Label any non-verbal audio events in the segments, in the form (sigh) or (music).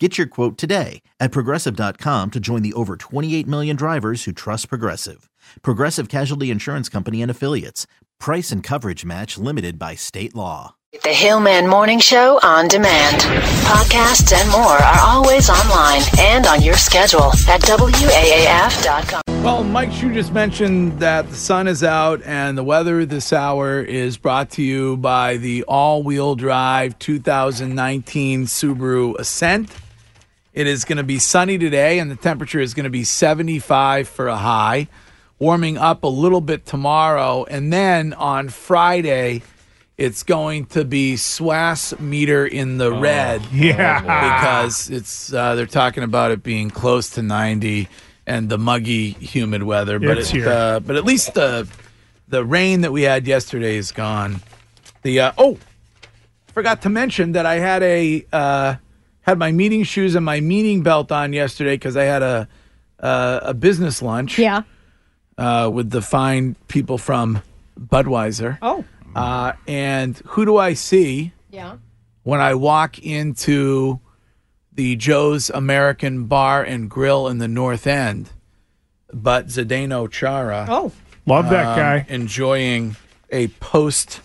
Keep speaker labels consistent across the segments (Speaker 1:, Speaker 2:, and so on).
Speaker 1: Get your quote today at progressive.com to join the over 28 million drivers who trust Progressive. Progressive Casualty Insurance Company and Affiliates. Price and coverage match limited by state law.
Speaker 2: The Hillman Morning Show on demand. Podcasts and more are always online and on your schedule at WAAF.com.
Speaker 3: Well, Mike Shue just mentioned that the sun is out and the weather this hour is brought to you by the all wheel drive 2019 Subaru Ascent. It is going to be sunny today and the temperature is going to be 75 for a high, warming up a little bit tomorrow. And then on Friday, it's going to be SWAS meter in the red.
Speaker 4: Oh. (laughs) Yeah. Oh,
Speaker 3: because it's uh, they're talking about it being close to 90 and the muggy humid weather but
Speaker 4: It's
Speaker 3: it,
Speaker 4: here.
Speaker 3: Uh, but at least the the rain that we had yesterday is gone the uh, oh forgot to mention that I had a uh, had my meeting shoes and my meeting belt on yesterday because I had a uh, a business lunch
Speaker 5: Yeah.
Speaker 3: uh, with the fine people from Budweiser
Speaker 5: Oh.
Speaker 3: uh, and who do I see
Speaker 5: Yeah.
Speaker 3: when I walk into the Joe's American Bar and Grill in the North End, but Zdeno Chara
Speaker 5: Oh.
Speaker 4: Love that
Speaker 3: Um,
Speaker 4: guy.
Speaker 3: enjoying a post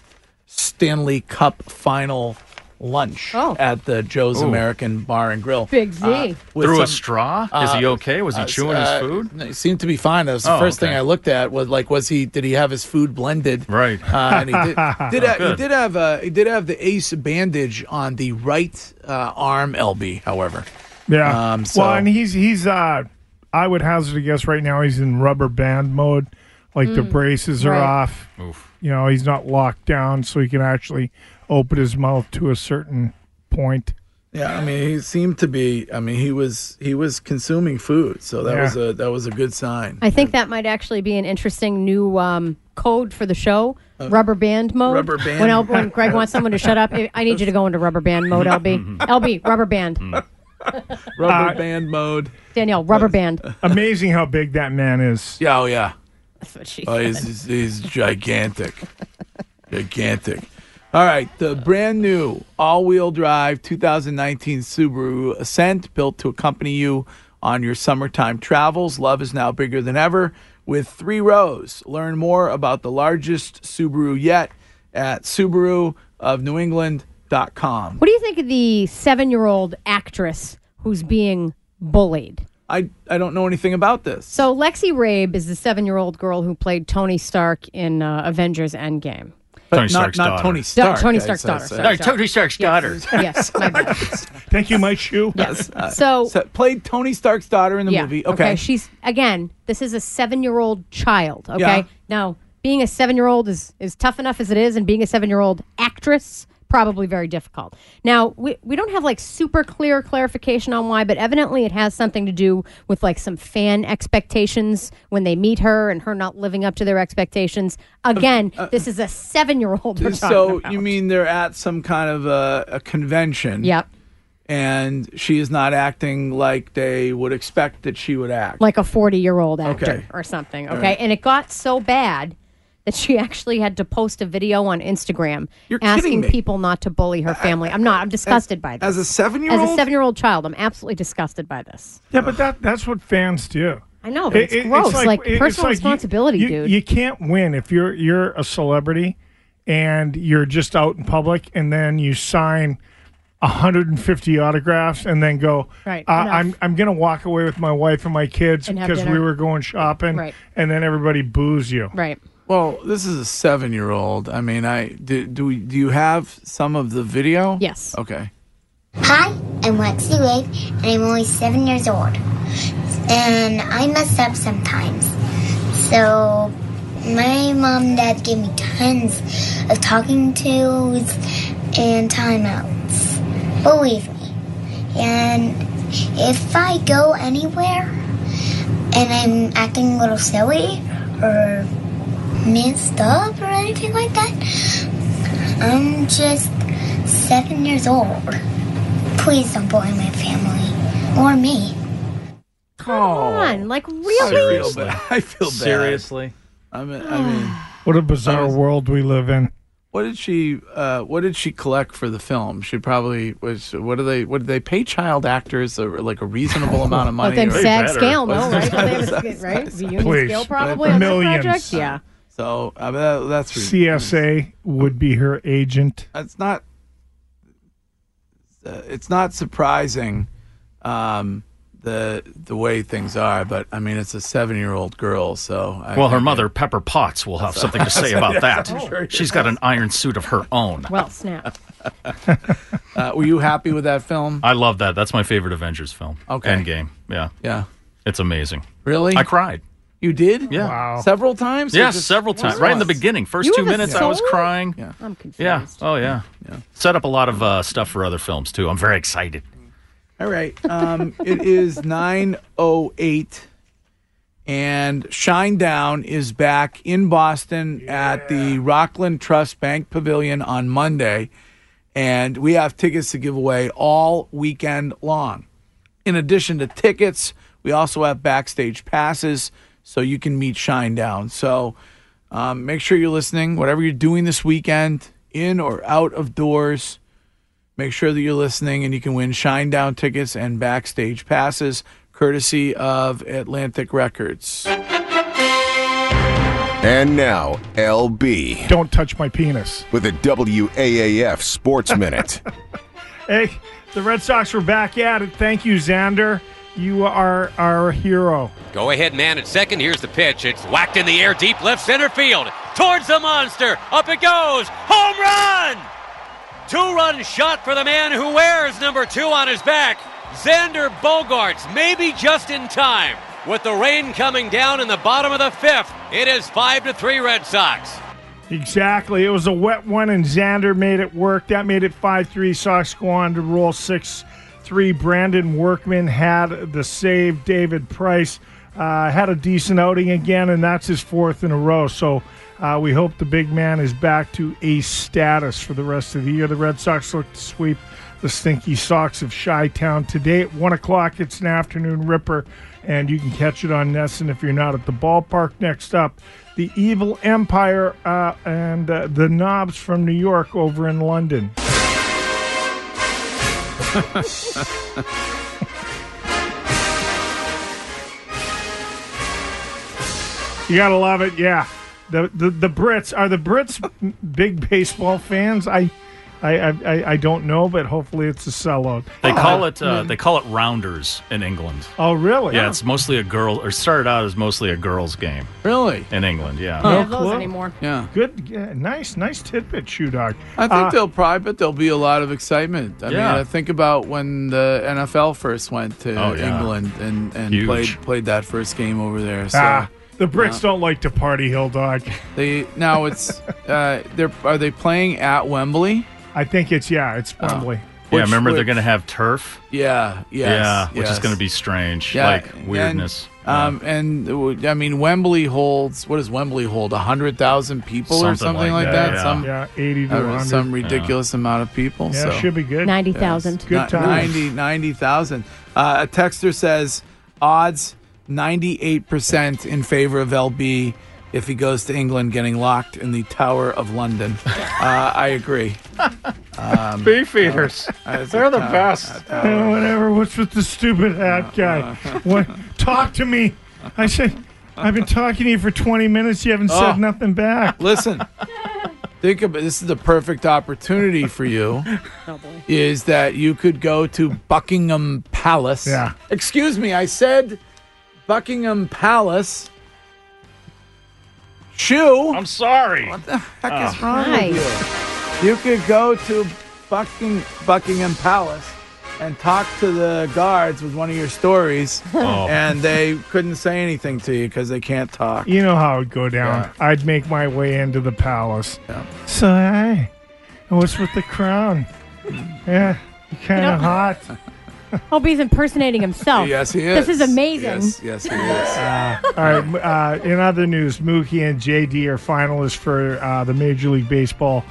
Speaker 3: Stanley Cup final lunch
Speaker 5: Oh.
Speaker 3: at the Joe's American Bar and Grill. uh,
Speaker 5: Big Z.
Speaker 3: with
Speaker 6: Through a
Speaker 3: some-
Speaker 6: straw? Is he okay? Was he chewing
Speaker 3: uh,
Speaker 6: his food?
Speaker 3: It seemed to be fine. That was the
Speaker 6: Oh,
Speaker 3: first thing
Speaker 6: okay.
Speaker 3: I looked at. Was like, was he? Did he have his food blended?
Speaker 6: Right.
Speaker 3: Uh, and he
Speaker 6: (laughs)
Speaker 3: did, did have, he
Speaker 6: good.
Speaker 3: did have uh, he did have the ace bandage on the right uh, arm LB. However,
Speaker 4: Yeah.
Speaker 3: um, so-
Speaker 4: Well, and he's he's uh, I would hazard a guess right now he's in rubber band mode, like the braces are
Speaker 5: right.
Speaker 4: off.
Speaker 6: Oof.
Speaker 4: You know, he's not locked down, so he can actually open his mouth to a certain point.
Speaker 3: yeah, I mean, he seemed to be. I mean, he was he was consuming food, so that
Speaker 4: Yeah.
Speaker 3: was a that was a good sign.
Speaker 5: I think that might actually be an interesting new um, code for the show. rubber band mode.
Speaker 3: rubber band.
Speaker 5: When, L- when Greg wants someone to shut up, I I need you to go into rubber band mode, (laughs) LB. LB, rubber band.
Speaker 3: Rubber band mode.
Speaker 5: Danielle, rubber (laughs) band.
Speaker 4: Amazing how big that man is.
Speaker 3: Yeah, oh yeah.
Speaker 5: That's what she
Speaker 3: Oh,
Speaker 5: said.
Speaker 3: he's, he's, he's gigantic. gigantic. All right, the brand new all wheel drive 2019 Subaru Ascent, built to accompany you on your summertime travels. Love is now bigger than ever with three rows. Learn more about the largest Subaru yet at Subaru of New England.com.
Speaker 5: What do you think of the seven year old actress who's being bullied?
Speaker 3: I, I don't know anything about this.
Speaker 5: So Lexi Rabe is the seven year old girl who played Tony Stark in uh, Avengers (laughs) Endgame.
Speaker 6: Tony
Speaker 3: not,
Speaker 6: Stark's
Speaker 3: not
Speaker 6: daughter.
Speaker 3: Tony Stark.
Speaker 5: Tony
Speaker 3: I-
Speaker 5: Stark's
Speaker 3: I-
Speaker 5: daughter,
Speaker 3: I-
Speaker 5: sorry.
Speaker 6: Tony Stark's daughter.
Speaker 5: (laughs) Yes, my bad.
Speaker 4: Thank you, Mike Shoe.
Speaker 5: Yes. So
Speaker 3: So, played Tony Stark's daughter in the movie. Okay.
Speaker 5: She's again, this is a seven year old child. Okay.
Speaker 3: Yeah.
Speaker 5: Now, being a seven year old is, is tough enough as it is, and being a seven year old actress, probably very difficult. Now, we, we don't have like super clear clarification on why, but evidently it has something to do with like some fan expectations when they meet her and her not living up to their expectations. Again, this is a seven year old.
Speaker 3: Um, uh, so you mean they're at some kind of a, a convention
Speaker 5: Yep.
Speaker 3: and she is not acting like they would expect that she would act
Speaker 5: like a 40 year old actor
Speaker 3: Okay.
Speaker 5: or something. Okay. And it got so bad that she (laughs) actually had to post a video on Instagram
Speaker 3: You're kidding
Speaker 5: asking
Speaker 3: me.
Speaker 5: people not to bully her family. I'm not. I'm disgusted by this.
Speaker 3: as a seven-year-old
Speaker 5: As a seven year old child, I'm absolutely disgusted by this.
Speaker 4: Yeah, but that that's what fans do.
Speaker 5: I know, but it's
Speaker 4: It- it-
Speaker 5: gross. like,
Speaker 4: it- it's
Speaker 5: personal
Speaker 4: like you-
Speaker 5: responsibility,
Speaker 4: you,
Speaker 5: dude.
Speaker 4: You can't win if you're you're a celebrity and you're just out in public, and then you sign 150 autographs, and then go.
Speaker 5: Right,
Speaker 4: Uh,
Speaker 5: enough.
Speaker 4: I'm I'm gonna walk away with my wife and my kids
Speaker 5: And have
Speaker 4: because we
Speaker 5: dinner.
Speaker 4: were going shopping,
Speaker 5: Right.
Speaker 4: and then everybody boos you.
Speaker 5: right.
Speaker 3: well this is a seven-year-old i mean i do, do we do you have some of the video
Speaker 5: Yes.
Speaker 3: okay
Speaker 7: Hi, I'm Lexi Wave, and I'm only seven years old. And I mess up sometimes. So, my mom and dad gave me tons of talking tos and timeouts. Believe me. And if I go anywhere and I'm acting a little silly or messed up or anything like that. I'm just seven years old. Please don't bully my family or me.
Speaker 5: Come on, like really?
Speaker 3: I feel bad. I feel bad.
Speaker 6: Seriously?
Speaker 3: I mean, I mean,
Speaker 4: What a bizarre world we live in.
Speaker 3: what did she? Uh, what did she collect for the film? She probably was. What do they? What do they pay child actors? A, like a
Speaker 5: (laughs)
Speaker 3: reasonable amount of
Speaker 5: But
Speaker 3: money?
Speaker 5: then
Speaker 3: or-
Speaker 5: SAG
Speaker 6: better.
Speaker 5: scale, no, right? Don't they have a sca- right? The union
Speaker 4: Please.
Speaker 5: scale probably on this
Speaker 4: Millions.
Speaker 5: project. Yeah.
Speaker 3: so I mean, that, that's re-
Speaker 4: CSA would be her agent.
Speaker 3: it's not uh, it's not surprising um, the the way things are, but I mean it's a seven year old girl, so I,
Speaker 6: Well, her
Speaker 3: I-
Speaker 6: mother, Pepper Potts, will have something
Speaker 3: (laughs)
Speaker 6: to say about
Speaker 3: sure.
Speaker 6: that. She's got an iron suit of her own.
Speaker 5: Well, snap.
Speaker 3: Uh, were you happy with that film?
Speaker 6: (laughs) I love that. That's my favorite Avengers film.
Speaker 3: Okay.
Speaker 6: Endgame. Yeah.
Speaker 3: yeah,
Speaker 6: It's amazing.
Speaker 3: really.
Speaker 6: I cried.
Speaker 3: you did?
Speaker 6: Yeah.
Speaker 4: Wow.
Speaker 3: several times. or
Speaker 6: Yes,
Speaker 3: just
Speaker 6: several times.
Speaker 3: once?
Speaker 6: Right in the beginning. First
Speaker 5: You
Speaker 6: two
Speaker 5: have a
Speaker 6: minutes, I was
Speaker 5: soul?
Speaker 6: crying.
Speaker 3: Yeah.
Speaker 5: I'm
Speaker 6: Yeah.
Speaker 5: confused.
Speaker 6: Oh, yeah. Set up a lot of uh, stuff for other films, too. I'm very excited.
Speaker 3: All right. Um, it is nine oh eight, and Shinedown is back in Boston at the Rockland Trust Bank Pavilion on Monday, and we have tickets to give away all weekend long. In addition to tickets, we also have backstage passes so you can meet Shinedown. So um, make sure you're listening. Whatever you're doing this weekend, in or out of doors. Make sure that you're listening and you can win Shine Down tickets and backstage passes courtesy of Atlantic Records.
Speaker 8: And now, LB
Speaker 4: Don't touch my penis.
Speaker 8: with a WAAF Sports Minute.
Speaker 4: Hey, the Red Sox were back at it. Thank you, Xander. You are our hero.
Speaker 9: Go ahead, man, at second. Here's the pitch. It's whacked in the air, deep left center field. Towards the monster. Up it goes. Home run! Two run shot for the man who wears number two on his back. Xander Bogarts, maybe just in time. With the rain coming down in the bottom of the fifth, it is 5 to 3 Red Sox.
Speaker 4: Exactly. It was a wet one, and Xander made it work. That made it 5 3. Sox go on to roll 6 3. Brandon Workman had the save. David Price uh, had a decent outing again, and that's his fourth in a row. So uh, we hope the big man is back to ace status for the rest of the year. The Red Sox look to sweep the stinky socks of Chi Town today at 1 o'clock. It's an afternoon ripper, and you can catch it on Nesson if you're not at the ballpark. Next up, the Evil Empire uh, and uh, the Knobs from New York over in London. (laughs) you gotta love it, yeah. The, the the Brits are the Brits big baseball fans. I, I I I- I don't know, but hopefully it's a sellout.
Speaker 3: Oh,
Speaker 6: They call it uh, they call it rounders in England.
Speaker 4: Oh really?
Speaker 6: Yeah, it's mostly a girl, or started out as mostly a girls' game
Speaker 3: Really?
Speaker 6: in England. Yeah.
Speaker 5: Don't have those
Speaker 4: clue.
Speaker 5: anymore.
Speaker 3: Yeah.
Speaker 4: Good, yeah, nice, nice tidbit, shoe dog.
Speaker 3: I
Speaker 4: Uh,
Speaker 3: think they'll probably, but there'll be a lot of excitement. I
Speaker 6: Uh, Yeah.
Speaker 3: mean, I think about when the NFL first went to
Speaker 6: Oh, yeah.
Speaker 3: England and, and
Speaker 6: Huge.
Speaker 3: played played that first game over there. So
Speaker 4: Ah, the Brits don't like to party, Hill Dog.
Speaker 3: they now
Speaker 6: (laughs)
Speaker 3: it's uh, they're are they playing at Wembley?
Speaker 4: I think it's yeah, it's
Speaker 3: Oh.
Speaker 4: probably.
Speaker 6: yeah,
Speaker 3: Which-
Speaker 6: remember they're
Speaker 3: which-
Speaker 6: going to have turf?
Speaker 3: Yeah. Yes,
Speaker 6: yeah, which
Speaker 3: yes.
Speaker 6: is going to be strange.
Speaker 3: Yeah,
Speaker 6: like
Speaker 3: and-
Speaker 6: weirdness.
Speaker 3: Um, and it would- I mean, Wembley holds what does Wembley hold? hundred thousand people or
Speaker 6: Something
Speaker 3: something
Speaker 6: like
Speaker 3: like
Speaker 6: that,
Speaker 3: that.
Speaker 6: yeah.
Speaker 3: Some
Speaker 4: Yeah, eighty to
Speaker 3: uh,
Speaker 4: hundred.
Speaker 3: some ridiculous amount of people.
Speaker 4: yeah,
Speaker 3: so.
Speaker 4: should be good.
Speaker 5: 90,000.
Speaker 4: Good
Speaker 3: Ni-
Speaker 4: times.
Speaker 3: 90 90,000. uh, a texter says odds 98% in favor of LB if he goes to England getting locked in the Tower of
Speaker 4: (laughs)
Speaker 3: London. uh, I agree.
Speaker 6: Beef eaters.
Speaker 3: They're the best.
Speaker 4: Yeah, Uh, whatever. What's with the stupid
Speaker 3: Uh,
Speaker 4: hat guy? What? Talk to me. I said, I've been talking to you for twenty minutes. You haven't
Speaker 3: Oh.
Speaker 4: said nothing back.
Speaker 3: Listen, think about this is the perfect opportunity for you. Is that you could go to Buckingham Palace?
Speaker 4: Yeah.
Speaker 3: Excuse me, I said Buckingham Palace. Shoe.
Speaker 6: I'm sorry.
Speaker 3: heck is wrong
Speaker 5: Nice.
Speaker 3: with you? You could go to Bucking, Buckingham Palace and talk to the guards with one of your stories, and they couldn't say anything to you because they can't talk.
Speaker 4: You know how it'd go down. I'd make my way into the palace. So
Speaker 3: Mm.
Speaker 4: hey, what's with the crown? Yeah, kind of hot.
Speaker 5: Oh, he's impersonating himself.
Speaker 3: Yes, he is.
Speaker 5: This is amazing.
Speaker 3: Yes, yes, he is.
Speaker 4: All right. m- Uh, in other news, Mookie and JD are finalists for uh, the Major League Baseball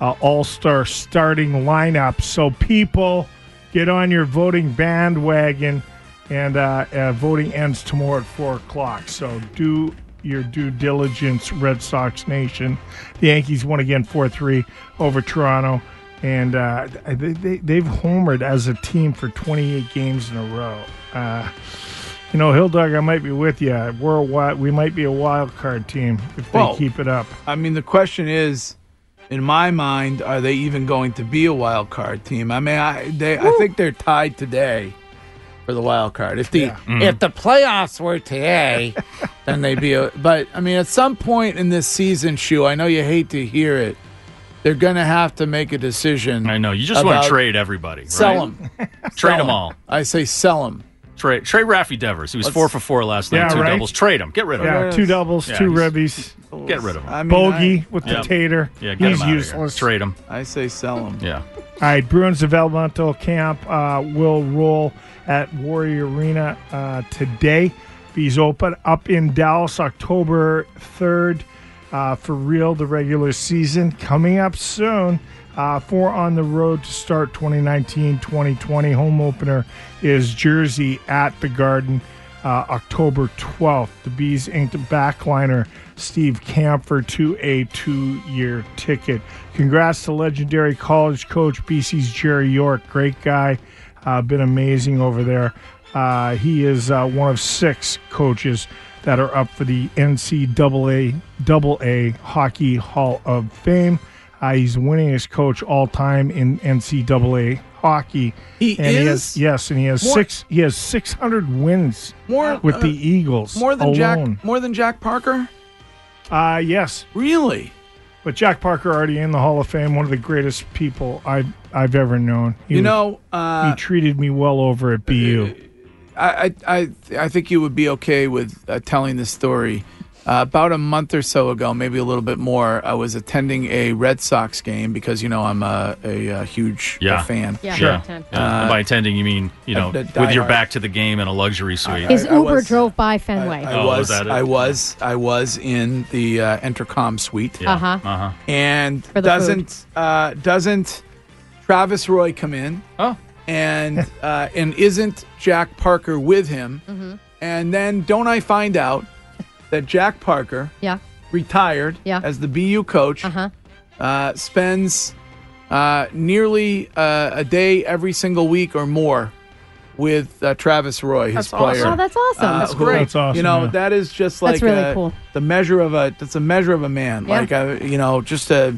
Speaker 4: uh, All Star starting lineup. So, people, get on your voting bandwagon, and uh, uh, voting ends tomorrow at 4 o'clock. So, do your due diligence, Red Sox Nation. The Yankees won again 4 3 over Toronto. And uh, they, they, they've homered as a team for 28 games in a row. Uh, you know, Hill Dog, I might be with you. We're a wild, we might be a wild card team if they
Speaker 3: Well-
Speaker 4: keep it up.
Speaker 3: I mean, the question is, in my mind, are they even going to be a wild card team? I mean, I they I think they're tied today for the wild card. If the
Speaker 6: Mm-hmm.
Speaker 3: if the playoffs were today,
Speaker 4: (laughs)
Speaker 3: then they'd be. A, but I mean, at some point in this season, shoe, I know you hate to hear it, they're going to have to make a decision.
Speaker 6: I know. You just want
Speaker 3: About-
Speaker 6: to trade everybody. Right?
Speaker 3: Sell them.
Speaker 6: Trade them all.
Speaker 3: I say sell them.
Speaker 6: Trade trade Raffy Devers. He was four for four last night.
Speaker 4: Yeah,
Speaker 6: two
Speaker 4: right?
Speaker 6: doubles. Trade him. Get rid of
Speaker 4: Yeah,
Speaker 3: Yes.
Speaker 4: two doubles,
Speaker 6: Yeah,
Speaker 4: two
Speaker 6: he's-
Speaker 4: ribbies,
Speaker 6: him. Get rid of him.
Speaker 3: I mean,
Speaker 4: bogey with
Speaker 6: Yeah.
Speaker 4: the tater.
Speaker 6: yeah, get
Speaker 4: He's
Speaker 6: him out
Speaker 4: useless.
Speaker 6: Of here. Trade him.
Speaker 3: I, I say sell them.
Speaker 6: Yeah.
Speaker 4: All right, Bruins developmental camp uh, will roll at Warrior Arena uh, today. Bees open up in Dallas October 3rd uh, for real, the regular season coming up soon. Uh, four on the road to start 2019 2020. Home opener is Jersey at the Garden uh, October 12th. The Bees inked backliner Steve Camphor to a two year ticket. Congrats to legendary college coach BC's Jerry York. Great guy. Uh, been amazing over there. Uh, he is uh, one of six coaches that are up for the NCAA Double A Hockey Hall of Fame. Uh, he's the winningest coach all time in NCAA hockey.
Speaker 3: He
Speaker 4: and He has,
Speaker 3: is?
Speaker 4: yes, and he has
Speaker 3: More-
Speaker 4: six. He has six hundred wins
Speaker 3: More-
Speaker 4: with the
Speaker 3: uh,
Speaker 4: Eagles.
Speaker 3: More than
Speaker 4: alone.
Speaker 3: Jack. More than Jack Parker.
Speaker 4: Uh, yes,
Speaker 3: Really?
Speaker 4: but Jack Parker already in the Hall of Fame. One of the greatest people I've I've ever known. He
Speaker 3: You
Speaker 4: was-
Speaker 3: know, uh,
Speaker 4: he treated me well over at BU.
Speaker 3: I, I, I I think you would be okay with uh, telling this story. Uh, about a month or so ago, maybe a little bit more, I was attending a Red Sox game because you know I'm a, a, uh huge uh,
Speaker 6: Yeah.
Speaker 3: fan.
Speaker 5: Yeah.
Speaker 6: Yeah.
Speaker 5: Sure.
Speaker 6: Yeah. And by attending, you mean you know
Speaker 3: the
Speaker 6: with your
Speaker 3: diehard.
Speaker 6: back to the game in a luxury suite.
Speaker 5: His
Speaker 3: I- I
Speaker 5: Uber
Speaker 3: was-
Speaker 5: drove by Fenway.
Speaker 3: I
Speaker 6: Oh, was
Speaker 3: was
Speaker 6: that it?
Speaker 3: I was I was in the uh, intercom suite,
Speaker 6: yeah.
Speaker 5: Uh-huh.
Speaker 6: Uh huh.
Speaker 3: and
Speaker 5: the
Speaker 3: doesn't uh, doesn't Travis Roy come in?
Speaker 6: Oh. (laughs)
Speaker 3: and uh, and isn't Jack Parker with him?
Speaker 5: Mm-hmm.
Speaker 3: And then don't I find out that Jack Parker
Speaker 5: yeah.
Speaker 3: retired
Speaker 5: Yeah.
Speaker 3: as the BU coach,
Speaker 5: Uh-huh.
Speaker 3: uh, spends uh, nearly uh, a day every single week or more with uh, Travis Roy, his
Speaker 6: That's awesome.
Speaker 3: player.
Speaker 5: Oh, that's awesome.
Speaker 3: uh, who-
Speaker 4: great. That's awesome,
Speaker 3: You know,
Speaker 4: yeah.
Speaker 3: that is just like
Speaker 5: That's really
Speaker 3: uh,
Speaker 5: cool.
Speaker 3: the measure of a that's a measure of a man.
Speaker 5: Yeah.
Speaker 3: Like uh, you know, just a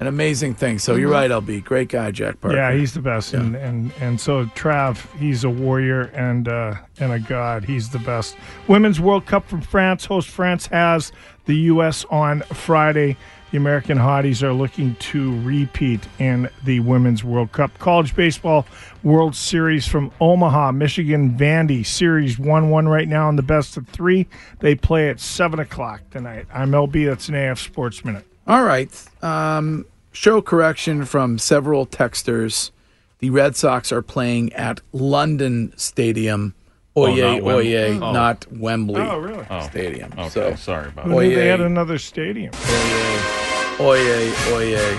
Speaker 3: an amazing thing. So
Speaker 5: Mm-hmm.
Speaker 3: you're right, LB. Great guy, Jack Parker.
Speaker 4: Yeah, he's the best, and, and and so Trav, he's a warrior and uh, and a god. He's the best. Women's World Cup from France. Host France has the U.S. on Friday. The American Hotties are looking to repeat in the Women's World Cup. College Baseball World Series from Omaha, Michigan. Vandy Series one one right now in the best of three. They play at seven o'clock tonight. I'm LB. That's an AF Sports Minute.
Speaker 3: All right. Um, show correction from several texters. The Red Sox are playing at London Stadium. Oye,
Speaker 6: Oh, not Wem-
Speaker 3: oye,
Speaker 6: Oh.
Speaker 3: not Wembley
Speaker 4: really?
Speaker 3: Stadium.
Speaker 6: Okay.
Speaker 3: So,
Speaker 6: Sorry about
Speaker 4: Who
Speaker 6: that.
Speaker 4: knew they had
Speaker 3: Oye.
Speaker 4: another stadium?
Speaker 3: oye, oye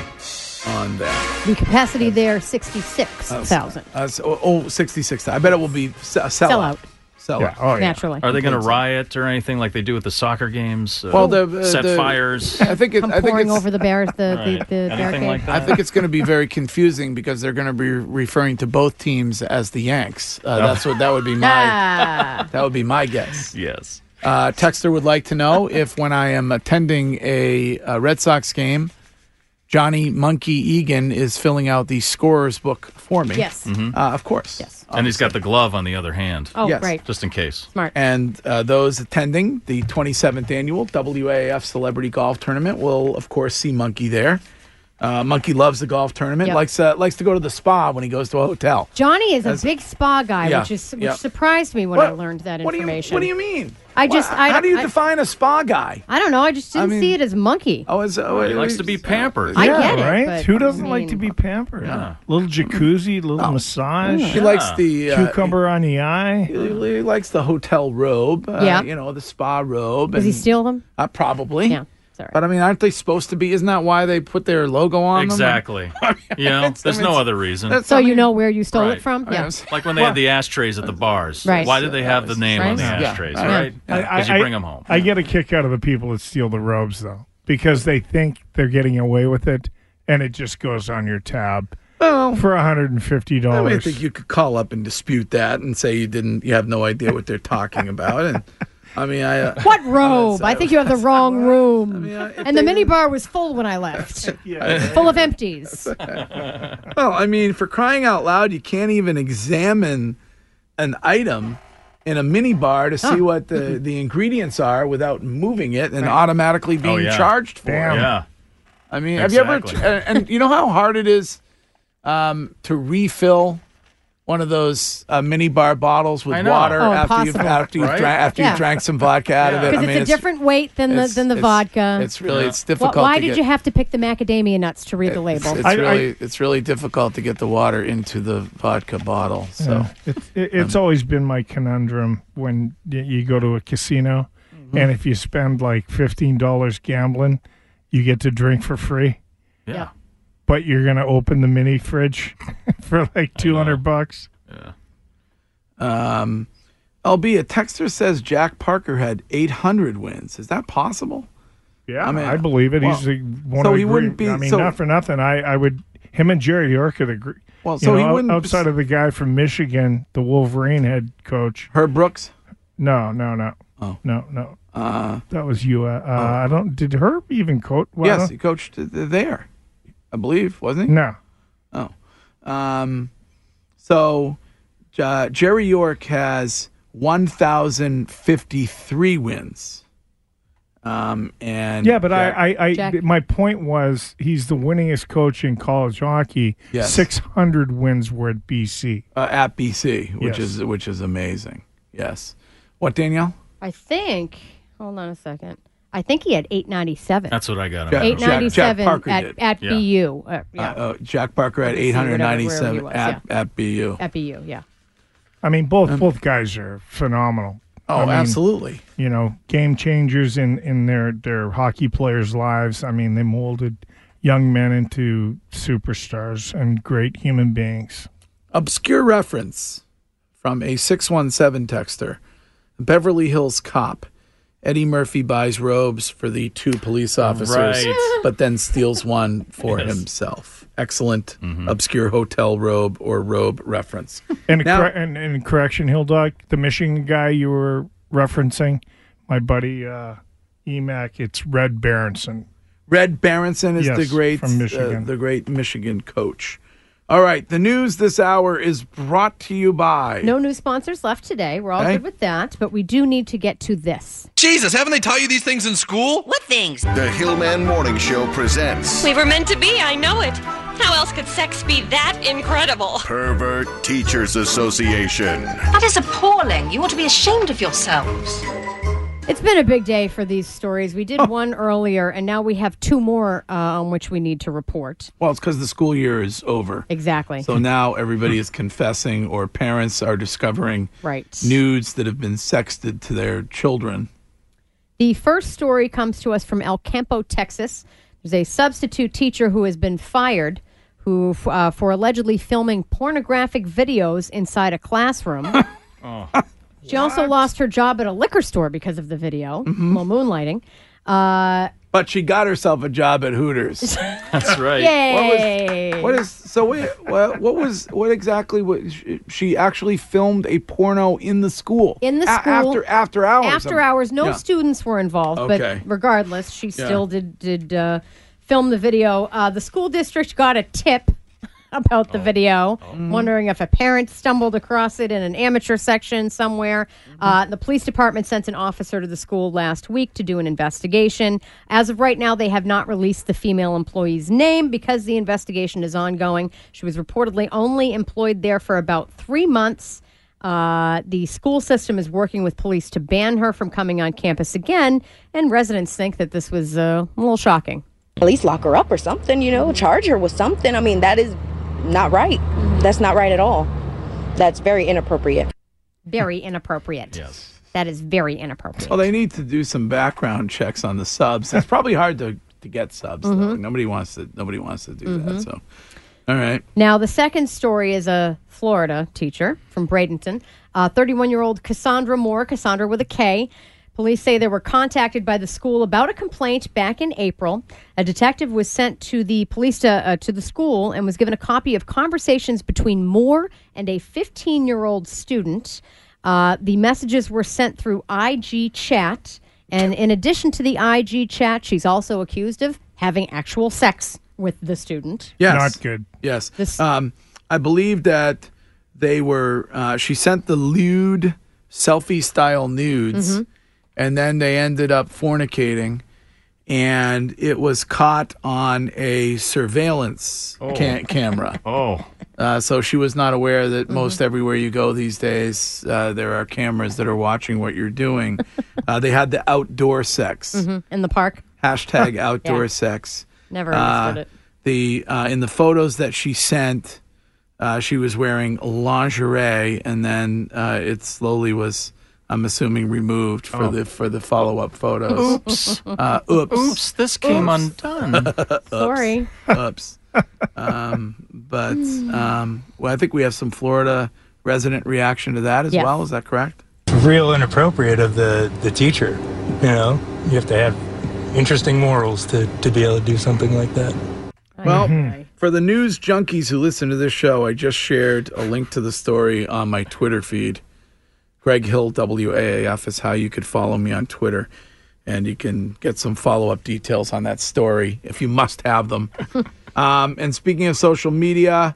Speaker 3: on that.
Speaker 5: The capacity there, 66,000.
Speaker 3: Uh, so, oh, oh, 66. I bet it will be s- a sellout.
Speaker 5: Sellout.
Speaker 3: Sellout.
Speaker 4: Yeah. Oh, yeah.
Speaker 5: Naturally.
Speaker 6: Are they going to riot or anything like they do with the soccer games? Uh,
Speaker 3: Well, the- uh,
Speaker 6: set
Speaker 3: the- (laughs)
Speaker 6: fires.
Speaker 3: I think it,
Speaker 5: Come
Speaker 3: I think
Speaker 5: pouring
Speaker 3: it's,
Speaker 5: over the bears, the,
Speaker 6: Right.
Speaker 5: the, the
Speaker 6: anything
Speaker 5: barricade.
Speaker 6: like that.
Speaker 3: I think it's going to be very confusing because they're going to be referring to both teams as the Yanks.
Speaker 6: Oh.
Speaker 3: Uh, That's what that would
Speaker 5: (laughs)
Speaker 3: be my
Speaker 5: Ah.
Speaker 3: that would be my guess.
Speaker 6: yes.
Speaker 3: Uh, Texter would like to
Speaker 5: (laughs)
Speaker 3: know if when I am attending a, uh Red Sox game, Johnny Monkey Egan is filling out the scorer's book for me.
Speaker 5: Yes.
Speaker 6: Mm-hmm.
Speaker 3: Uh, of course.
Speaker 5: Yes.
Speaker 6: And he's got the glove on the other hand,
Speaker 5: Oh,
Speaker 3: Yes.
Speaker 5: right.
Speaker 6: just in case.
Speaker 5: Smart.
Speaker 3: And uh, those attending the 27th annual WAF Celebrity Golf Tournament will, of course, see Monkey there. Uh, Monkey loves the golf tournament.
Speaker 5: Yep.
Speaker 3: likes uh, likes to go to the spa when he goes to a hotel.
Speaker 5: Johnny is a big spa guy,
Speaker 3: Yeah,
Speaker 5: which is which
Speaker 3: yeah.
Speaker 5: surprised me when I
Speaker 3: What-
Speaker 5: learned that
Speaker 3: what do you-
Speaker 5: information.
Speaker 3: what do you mean?
Speaker 5: I just I,
Speaker 3: How do you
Speaker 5: I,
Speaker 3: define a spa guy?
Speaker 5: I don't know. I just didn't
Speaker 3: I mean-
Speaker 5: see it as monkey.
Speaker 3: Oh, it's, oh,
Speaker 6: He likes to be pampered.
Speaker 5: I
Speaker 4: yeah,
Speaker 5: get it,
Speaker 4: right?
Speaker 5: but,
Speaker 4: Who
Speaker 5: I
Speaker 4: doesn't like to
Speaker 5: mean-
Speaker 4: be pampered? Little jacuzzi, little massage,
Speaker 3: He likes the uh,
Speaker 4: cucumber on the eye.
Speaker 3: He, he likes the hotel robe. Uh,
Speaker 5: Yeah.
Speaker 3: You know the spa robe.
Speaker 5: Does he
Speaker 3: and-
Speaker 5: steal them?
Speaker 3: Uh, probably.
Speaker 5: Yeah. Sorry.
Speaker 3: But uh, I mean, aren't they supposed to be? Isn't that why they put their logo on them?
Speaker 6: Exactly. you know,
Speaker 3: it's- (laughs) I
Speaker 6: there's
Speaker 3: mean,
Speaker 6: no
Speaker 3: it's-
Speaker 6: other reason.
Speaker 3: That's-
Speaker 5: so
Speaker 3: I
Speaker 5: you
Speaker 3: mean-
Speaker 5: know where you stole
Speaker 6: Right.
Speaker 5: it from?
Speaker 3: I mean,
Speaker 5: Yeah.
Speaker 3: it's-
Speaker 6: Like when they had the ashtrays at the bars.
Speaker 5: Right.
Speaker 6: Why did they have the name on the
Speaker 5: Right.
Speaker 3: Yeah.
Speaker 6: ashtrays?
Speaker 3: Yeah.
Speaker 6: Right.
Speaker 4: I- I-
Speaker 6: Because you
Speaker 4: I-
Speaker 6: bring them home.
Speaker 4: I get a kick out of the people that steal the robes, though, because they think they're getting away with it, and it just goes on your tab
Speaker 3: Well,
Speaker 4: for hundred and fifty
Speaker 3: I mean, I
Speaker 4: dollars.
Speaker 3: think you could call up and dispute that and say you didn't. You have no idea what they're talking (laughs) about. And I mean, I. Uh,
Speaker 5: (laughs) What robe? I think you have
Speaker 3: (laughs)
Speaker 5: the wrong room.
Speaker 3: uh, if
Speaker 5: and the
Speaker 3: they-
Speaker 5: mini bar was full when
Speaker 3: (laughs)
Speaker 5: I left. Full of empties.
Speaker 3: Well, I mean, for crying out loud, you can't even examine an item in a mini bar to see what the,
Speaker 5: Mm-hmm.
Speaker 3: the ingredients are without moving it and automatically being
Speaker 6: Oh, yeah.
Speaker 3: charged for
Speaker 4: Damn.
Speaker 3: it.
Speaker 6: yeah.
Speaker 3: I mean, have you
Speaker 6: Exactly.
Speaker 3: ever? And, and you know how hard it is um, to refill one of those uh, mini bar bottles
Speaker 6: I
Speaker 3: with
Speaker 6: know.
Speaker 3: water
Speaker 5: Oh,
Speaker 3: after you've
Speaker 5: impossible.
Speaker 3: after you've
Speaker 6: Right?
Speaker 3: drank after
Speaker 5: Yeah.
Speaker 3: you've drank some vodka out of it.
Speaker 5: Because
Speaker 3: I
Speaker 5: it's
Speaker 3: mean,
Speaker 5: a different weight than the
Speaker 3: it's-
Speaker 5: than the
Speaker 3: it's-
Speaker 5: vodka.
Speaker 3: It's really it's
Speaker 5: Wh-
Speaker 3: difficult.
Speaker 5: why
Speaker 3: to
Speaker 5: did
Speaker 3: get,
Speaker 5: you have to pick the macadamia nuts to read the label?
Speaker 3: It's,
Speaker 4: I- I-
Speaker 3: really it's really difficult to get the water into the vodka bottle. So. Um,
Speaker 4: It's, it, it's always been my conundrum when y- you go to a casino, and if you spend like fifteen dollars gambling, you get to drink for free,
Speaker 6: Yeah.
Speaker 4: but you're gonna open the mini fridge (laughs) for like two hundred bucks.
Speaker 3: Um, LB, a texter says Jack Parker had 800 wins. Is that possible?
Speaker 4: Yeah,
Speaker 3: I mean,
Speaker 4: I believe it. He's
Speaker 3: well,
Speaker 4: the one.
Speaker 3: so
Speaker 4: of the
Speaker 3: he
Speaker 4: great-
Speaker 3: wouldn't be-
Speaker 4: I mean,
Speaker 3: so-
Speaker 4: not for nothing. I, I would. Him and Jerry York are the. gr-
Speaker 3: Well,
Speaker 4: you
Speaker 3: so he
Speaker 4: know,
Speaker 3: wouldn't-
Speaker 4: outside of the guy from Michigan, the Wolverine head coach.
Speaker 3: Herb Brooks?
Speaker 4: No, no, no.
Speaker 3: Oh.
Speaker 4: no, no. Uh, that was you. Uh, uh, I don't. Did Herb even coach? Well, I
Speaker 3: yes,
Speaker 4: don't-
Speaker 3: he coached th- there, I believe, wasn't he?
Speaker 4: No.
Speaker 3: Um, so uh, Jerry York has 1,053 wins. Um, and
Speaker 4: Yeah, but
Speaker 3: Jack-
Speaker 4: I, I, I
Speaker 5: Jack-
Speaker 4: my point was he's the winningest coach in college hockey.
Speaker 3: Yes.
Speaker 4: Six hundred wins were at BC.
Speaker 3: uh, at BC, which
Speaker 4: Yes.
Speaker 3: is which is amazing. Yes. What Danielle?
Speaker 5: I think. Hold on a second. I think he had 897.
Speaker 6: That's what I got.
Speaker 3: Jack-
Speaker 6: Out of it.
Speaker 5: 897
Speaker 3: Jack Parker
Speaker 5: at,
Speaker 3: did.
Speaker 5: at
Speaker 6: Yeah.
Speaker 5: BU. Uh, yeah.
Speaker 3: Uh, Jack Parker at
Speaker 5: see, whatever, wherever he
Speaker 3: 897
Speaker 5: was,
Speaker 3: at, at BU.
Speaker 5: at BU, yeah.
Speaker 4: I mean, both both guys are phenomenal.
Speaker 3: Um, Oh,
Speaker 4: I mean,
Speaker 3: absolutely.
Speaker 4: you know, game changers in, in their, their hockey players' lives. I mean, they molded young men into superstars and great human beings.
Speaker 3: Obscure reference from a 617 texter. Beverly Hills cop. Eddie Murphy buys robes for the two police officers,
Speaker 6: Right. (laughs)
Speaker 3: but then steals one for
Speaker 6: Yes. Mm-hmm.
Speaker 3: himself. Excellent obscure hotel robe or robe reference.
Speaker 4: And,
Speaker 3: Now-
Speaker 4: corre- and, and correction, Hill Dog, the Michigan guy you were referencing, my buddy uh, Emac, it's Red Berenson.
Speaker 3: Red Berenson is the
Speaker 4: Yes,
Speaker 3: great uh,
Speaker 4: from Michigan.
Speaker 3: the great Michigan coach. All right, the news this hour is brought to you by
Speaker 5: No new sponsors left today. We're all
Speaker 3: Okay.
Speaker 5: good with that, but we do need to get to this.
Speaker 9: Jesus, haven't they taught you these things in school?
Speaker 10: What things?
Speaker 8: The Hillman Morning Show presents
Speaker 10: We were meant to be, I know it. How else could sex be that incredible?
Speaker 8: Pervert Teachers Association.
Speaker 10: That is appalling. You ought to be ashamed of yourselves.
Speaker 5: It's been a big day for these stories. We
Speaker 3: Oh.
Speaker 5: did one earlier, and now we have two more uh, on which we need to report.
Speaker 3: Well, it's because the school year is over.
Speaker 5: Exactly.
Speaker 3: So now everybody is confessing, or parents are discovering
Speaker 5: right.
Speaker 3: nudes that have been sexted to their children.
Speaker 5: The first story comes to us from El Campo, Texas. There's a substitute teacher who has been fired who f- uh, for allegedly filming pornographic videos inside
Speaker 3: (laughs)
Speaker 5: a classroom. (laughs) She also lost her job at a liquor store because of the video
Speaker 3: Mm-hmm.
Speaker 5: while moonlighting. Uh,
Speaker 3: But she got herself a job at
Speaker 5: (laughs)
Speaker 3: Hooters.
Speaker 6: That's right.
Speaker 5: yay!
Speaker 3: What is so? Wait, what, what was what exactly? Was she, she actually filmed a porno in the school?
Speaker 5: In the
Speaker 3: A-
Speaker 5: school.
Speaker 3: after after hours. um,
Speaker 5: After hours, no
Speaker 3: Yeah.
Speaker 5: students were involved,
Speaker 3: Okay.
Speaker 5: but regardless, she still did did uh, film the video. Uh, the school district got a tip (laughs) about
Speaker 3: Oh.
Speaker 5: the video, wondering if a parent stumbled across it in an amateur section somewhere. Uh, the police department sent an officer to the school last week to do an investigation. As of right now, they have not released the female employee's name because the investigation is ongoing. She was reportedly only employed there for about three months. Uh, the school system is working with police to ban her from coming on campus again, and residents think that this was uh, a little shocking.
Speaker 11: At least lock her up or something, you know, charge her with something. I mean, that is not right. That's not right at all. That's very inappropriate.
Speaker 5: Very inappropriate. Yes. That is very inappropriate.
Speaker 3: Well, they need to do some background checks on the subs. It's probably hard to, to get subs. though.
Speaker 5: Mhm.
Speaker 3: Nobody wants to. Nobody wants to do
Speaker 5: Mhm.
Speaker 3: that. So, all right.
Speaker 5: Now, the second story is a Florida teacher from Bradenton, 31 year old Cassandra Moore, Cassandra with a K. Police say they were contacted by the school about a complaint back in April. A detective was sent to the police to, uh, to the school and was given a copy of conversations between Moore and a 15 year old student. Uh, the messages were sent through IG chat. And in addition to the IG chat, she's also accused of having actual sex with the student.
Speaker 3: Yes.
Speaker 4: Not good.
Speaker 3: Yes. um, I believe that they were. Uh, she sent the lewd selfie style nudes,
Speaker 5: Mhm.
Speaker 3: and then they ended up fornicating, and it was caught on a surveillance ca- camera.
Speaker 6: oh.
Speaker 3: Uh, so she was not aware that most everywhere you go these days, uh, there are cameras that are watching what you're doing. uh, they had the outdoor sex.
Speaker 5: Mhm. in the park.
Speaker 3: Hashtag outdoor
Speaker 5: Yeah.
Speaker 3: sex.
Speaker 5: Never understood
Speaker 3: Uh,
Speaker 5: it.
Speaker 3: The uh, in the photos that she sent, uh, she was wearing lingerie, and then uh, it slowly was, I'm assuming, removed for the for the follow up photos.
Speaker 6: Oh. Oops.
Speaker 3: Uh, oops.
Speaker 6: Oops, this came
Speaker 3: Oops. (laughs)
Speaker 6: undone.
Speaker 5: Sorry.
Speaker 3: Oops. um, but um, well, I think we have some Florida resident reaction to that as
Speaker 5: Yes.
Speaker 3: well. Is that correct?
Speaker 12: real inappropriate of the, the teacher. You know, you have to have interesting morals to, to be able to do something like that.
Speaker 3: Well, for the news junkies who listen to this show, I just shared a link to the story on my Twitter feed. Greg Hill WAAF is how you could follow me on Twitter, and you can get some follow up details on that story if you must have them. um, and speaking of social media,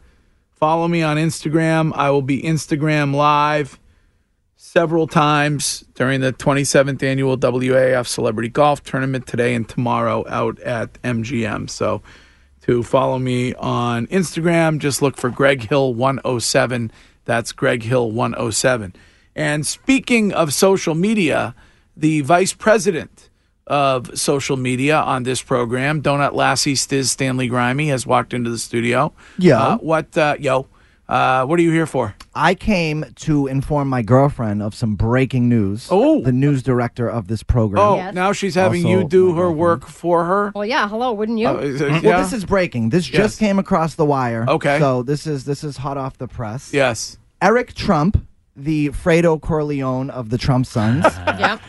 Speaker 3: follow me on Instagram. I will be Instagram live several times during the 27th annual WAF Celebrity Golf Tournament today and tomorrow out at MGM. So to follow me on Instagram, just look for Greg Hill 107. That's Greg Hill 107. And speaking of social media, the vice president of social media on this program, Donut Lassie Stiz Stanley Grimey, has walked into the studio.
Speaker 13: Yo.
Speaker 3: Uh, what, uh, yo, uh, what are you here for?
Speaker 13: I came to inform my girlfriend of some breaking news. Oh, the news director of this program.
Speaker 3: Oh, now she's having you
Speaker 13: Also,
Speaker 3: do her work for her.
Speaker 5: Well, yeah. Hello, wouldn't you?
Speaker 3: Uh, is it-
Speaker 13: Well,
Speaker 3: yeah?
Speaker 13: this is breaking. This
Speaker 3: Yes.
Speaker 13: just came across the wire.
Speaker 3: Okay.
Speaker 13: So this is this is hot off the press.
Speaker 3: Yes.
Speaker 13: Eric Trump, the Fredo Corleone of the Trump
Speaker 3: (laughs)
Speaker 13: sons,
Speaker 5: yep.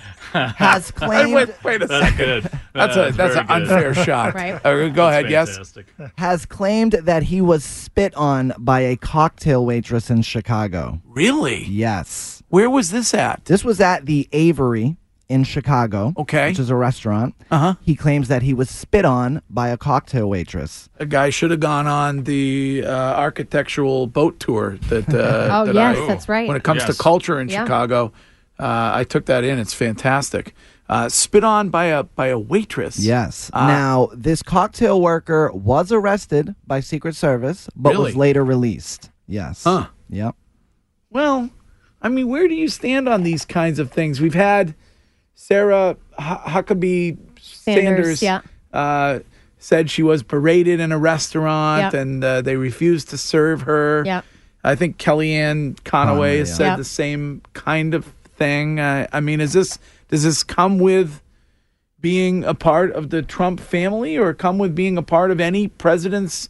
Speaker 13: has claimed.
Speaker 3: Wait, wait a
Speaker 6: That's
Speaker 3: second.
Speaker 6: good.
Speaker 3: (laughs) That's, a that's an
Speaker 6: (laughs)
Speaker 3: unfair shot.
Speaker 5: Right.
Speaker 3: Uh, go ahead.
Speaker 6: yes.
Speaker 13: Has claimed that he was spit on by a cocktail waitress in Chicago.
Speaker 3: Yes. Really?
Speaker 13: Yes.
Speaker 3: Where was this at?
Speaker 13: This was at the Avery in Chicago.
Speaker 3: Okay.
Speaker 13: Which is a restaurant.
Speaker 3: Uh huh.
Speaker 13: He claims that he was spit on by a cocktail waitress.
Speaker 3: A guy should have gone on the uh, architectural boat tour. That. Uh,
Speaker 5: (laughs) Oh,
Speaker 3: that
Speaker 5: yes,
Speaker 3: I-
Speaker 5: that's right.
Speaker 3: When it comes
Speaker 6: Yes.
Speaker 3: to culture in
Speaker 5: Yeah.
Speaker 3: Chicago, uh, I took that in. It's fantastic. Uh, spit on by a by a waitress.
Speaker 13: Yes.
Speaker 3: Ah.
Speaker 13: now, this cocktail worker was arrested by Secret Service, but was
Speaker 3: Really?
Speaker 13: later released. Yes.
Speaker 3: Huh.
Speaker 13: Yep.
Speaker 3: Well, I mean, where do you stand on these kinds of things? We've had Sarah H- Huckabee Sanders,
Speaker 5: Sanders, yeah.
Speaker 3: uh, said she was berated in a restaurant
Speaker 5: Yep.
Speaker 3: and uh, they refused to serve her.
Speaker 5: Yep.
Speaker 3: I think Kellyanne Conway
Speaker 13: Conway, yeah.
Speaker 3: said
Speaker 5: Yep.
Speaker 3: the same kind of thing. Uh, I mean, is this does this come with being a part of the Trump family, or come with being a part of any president's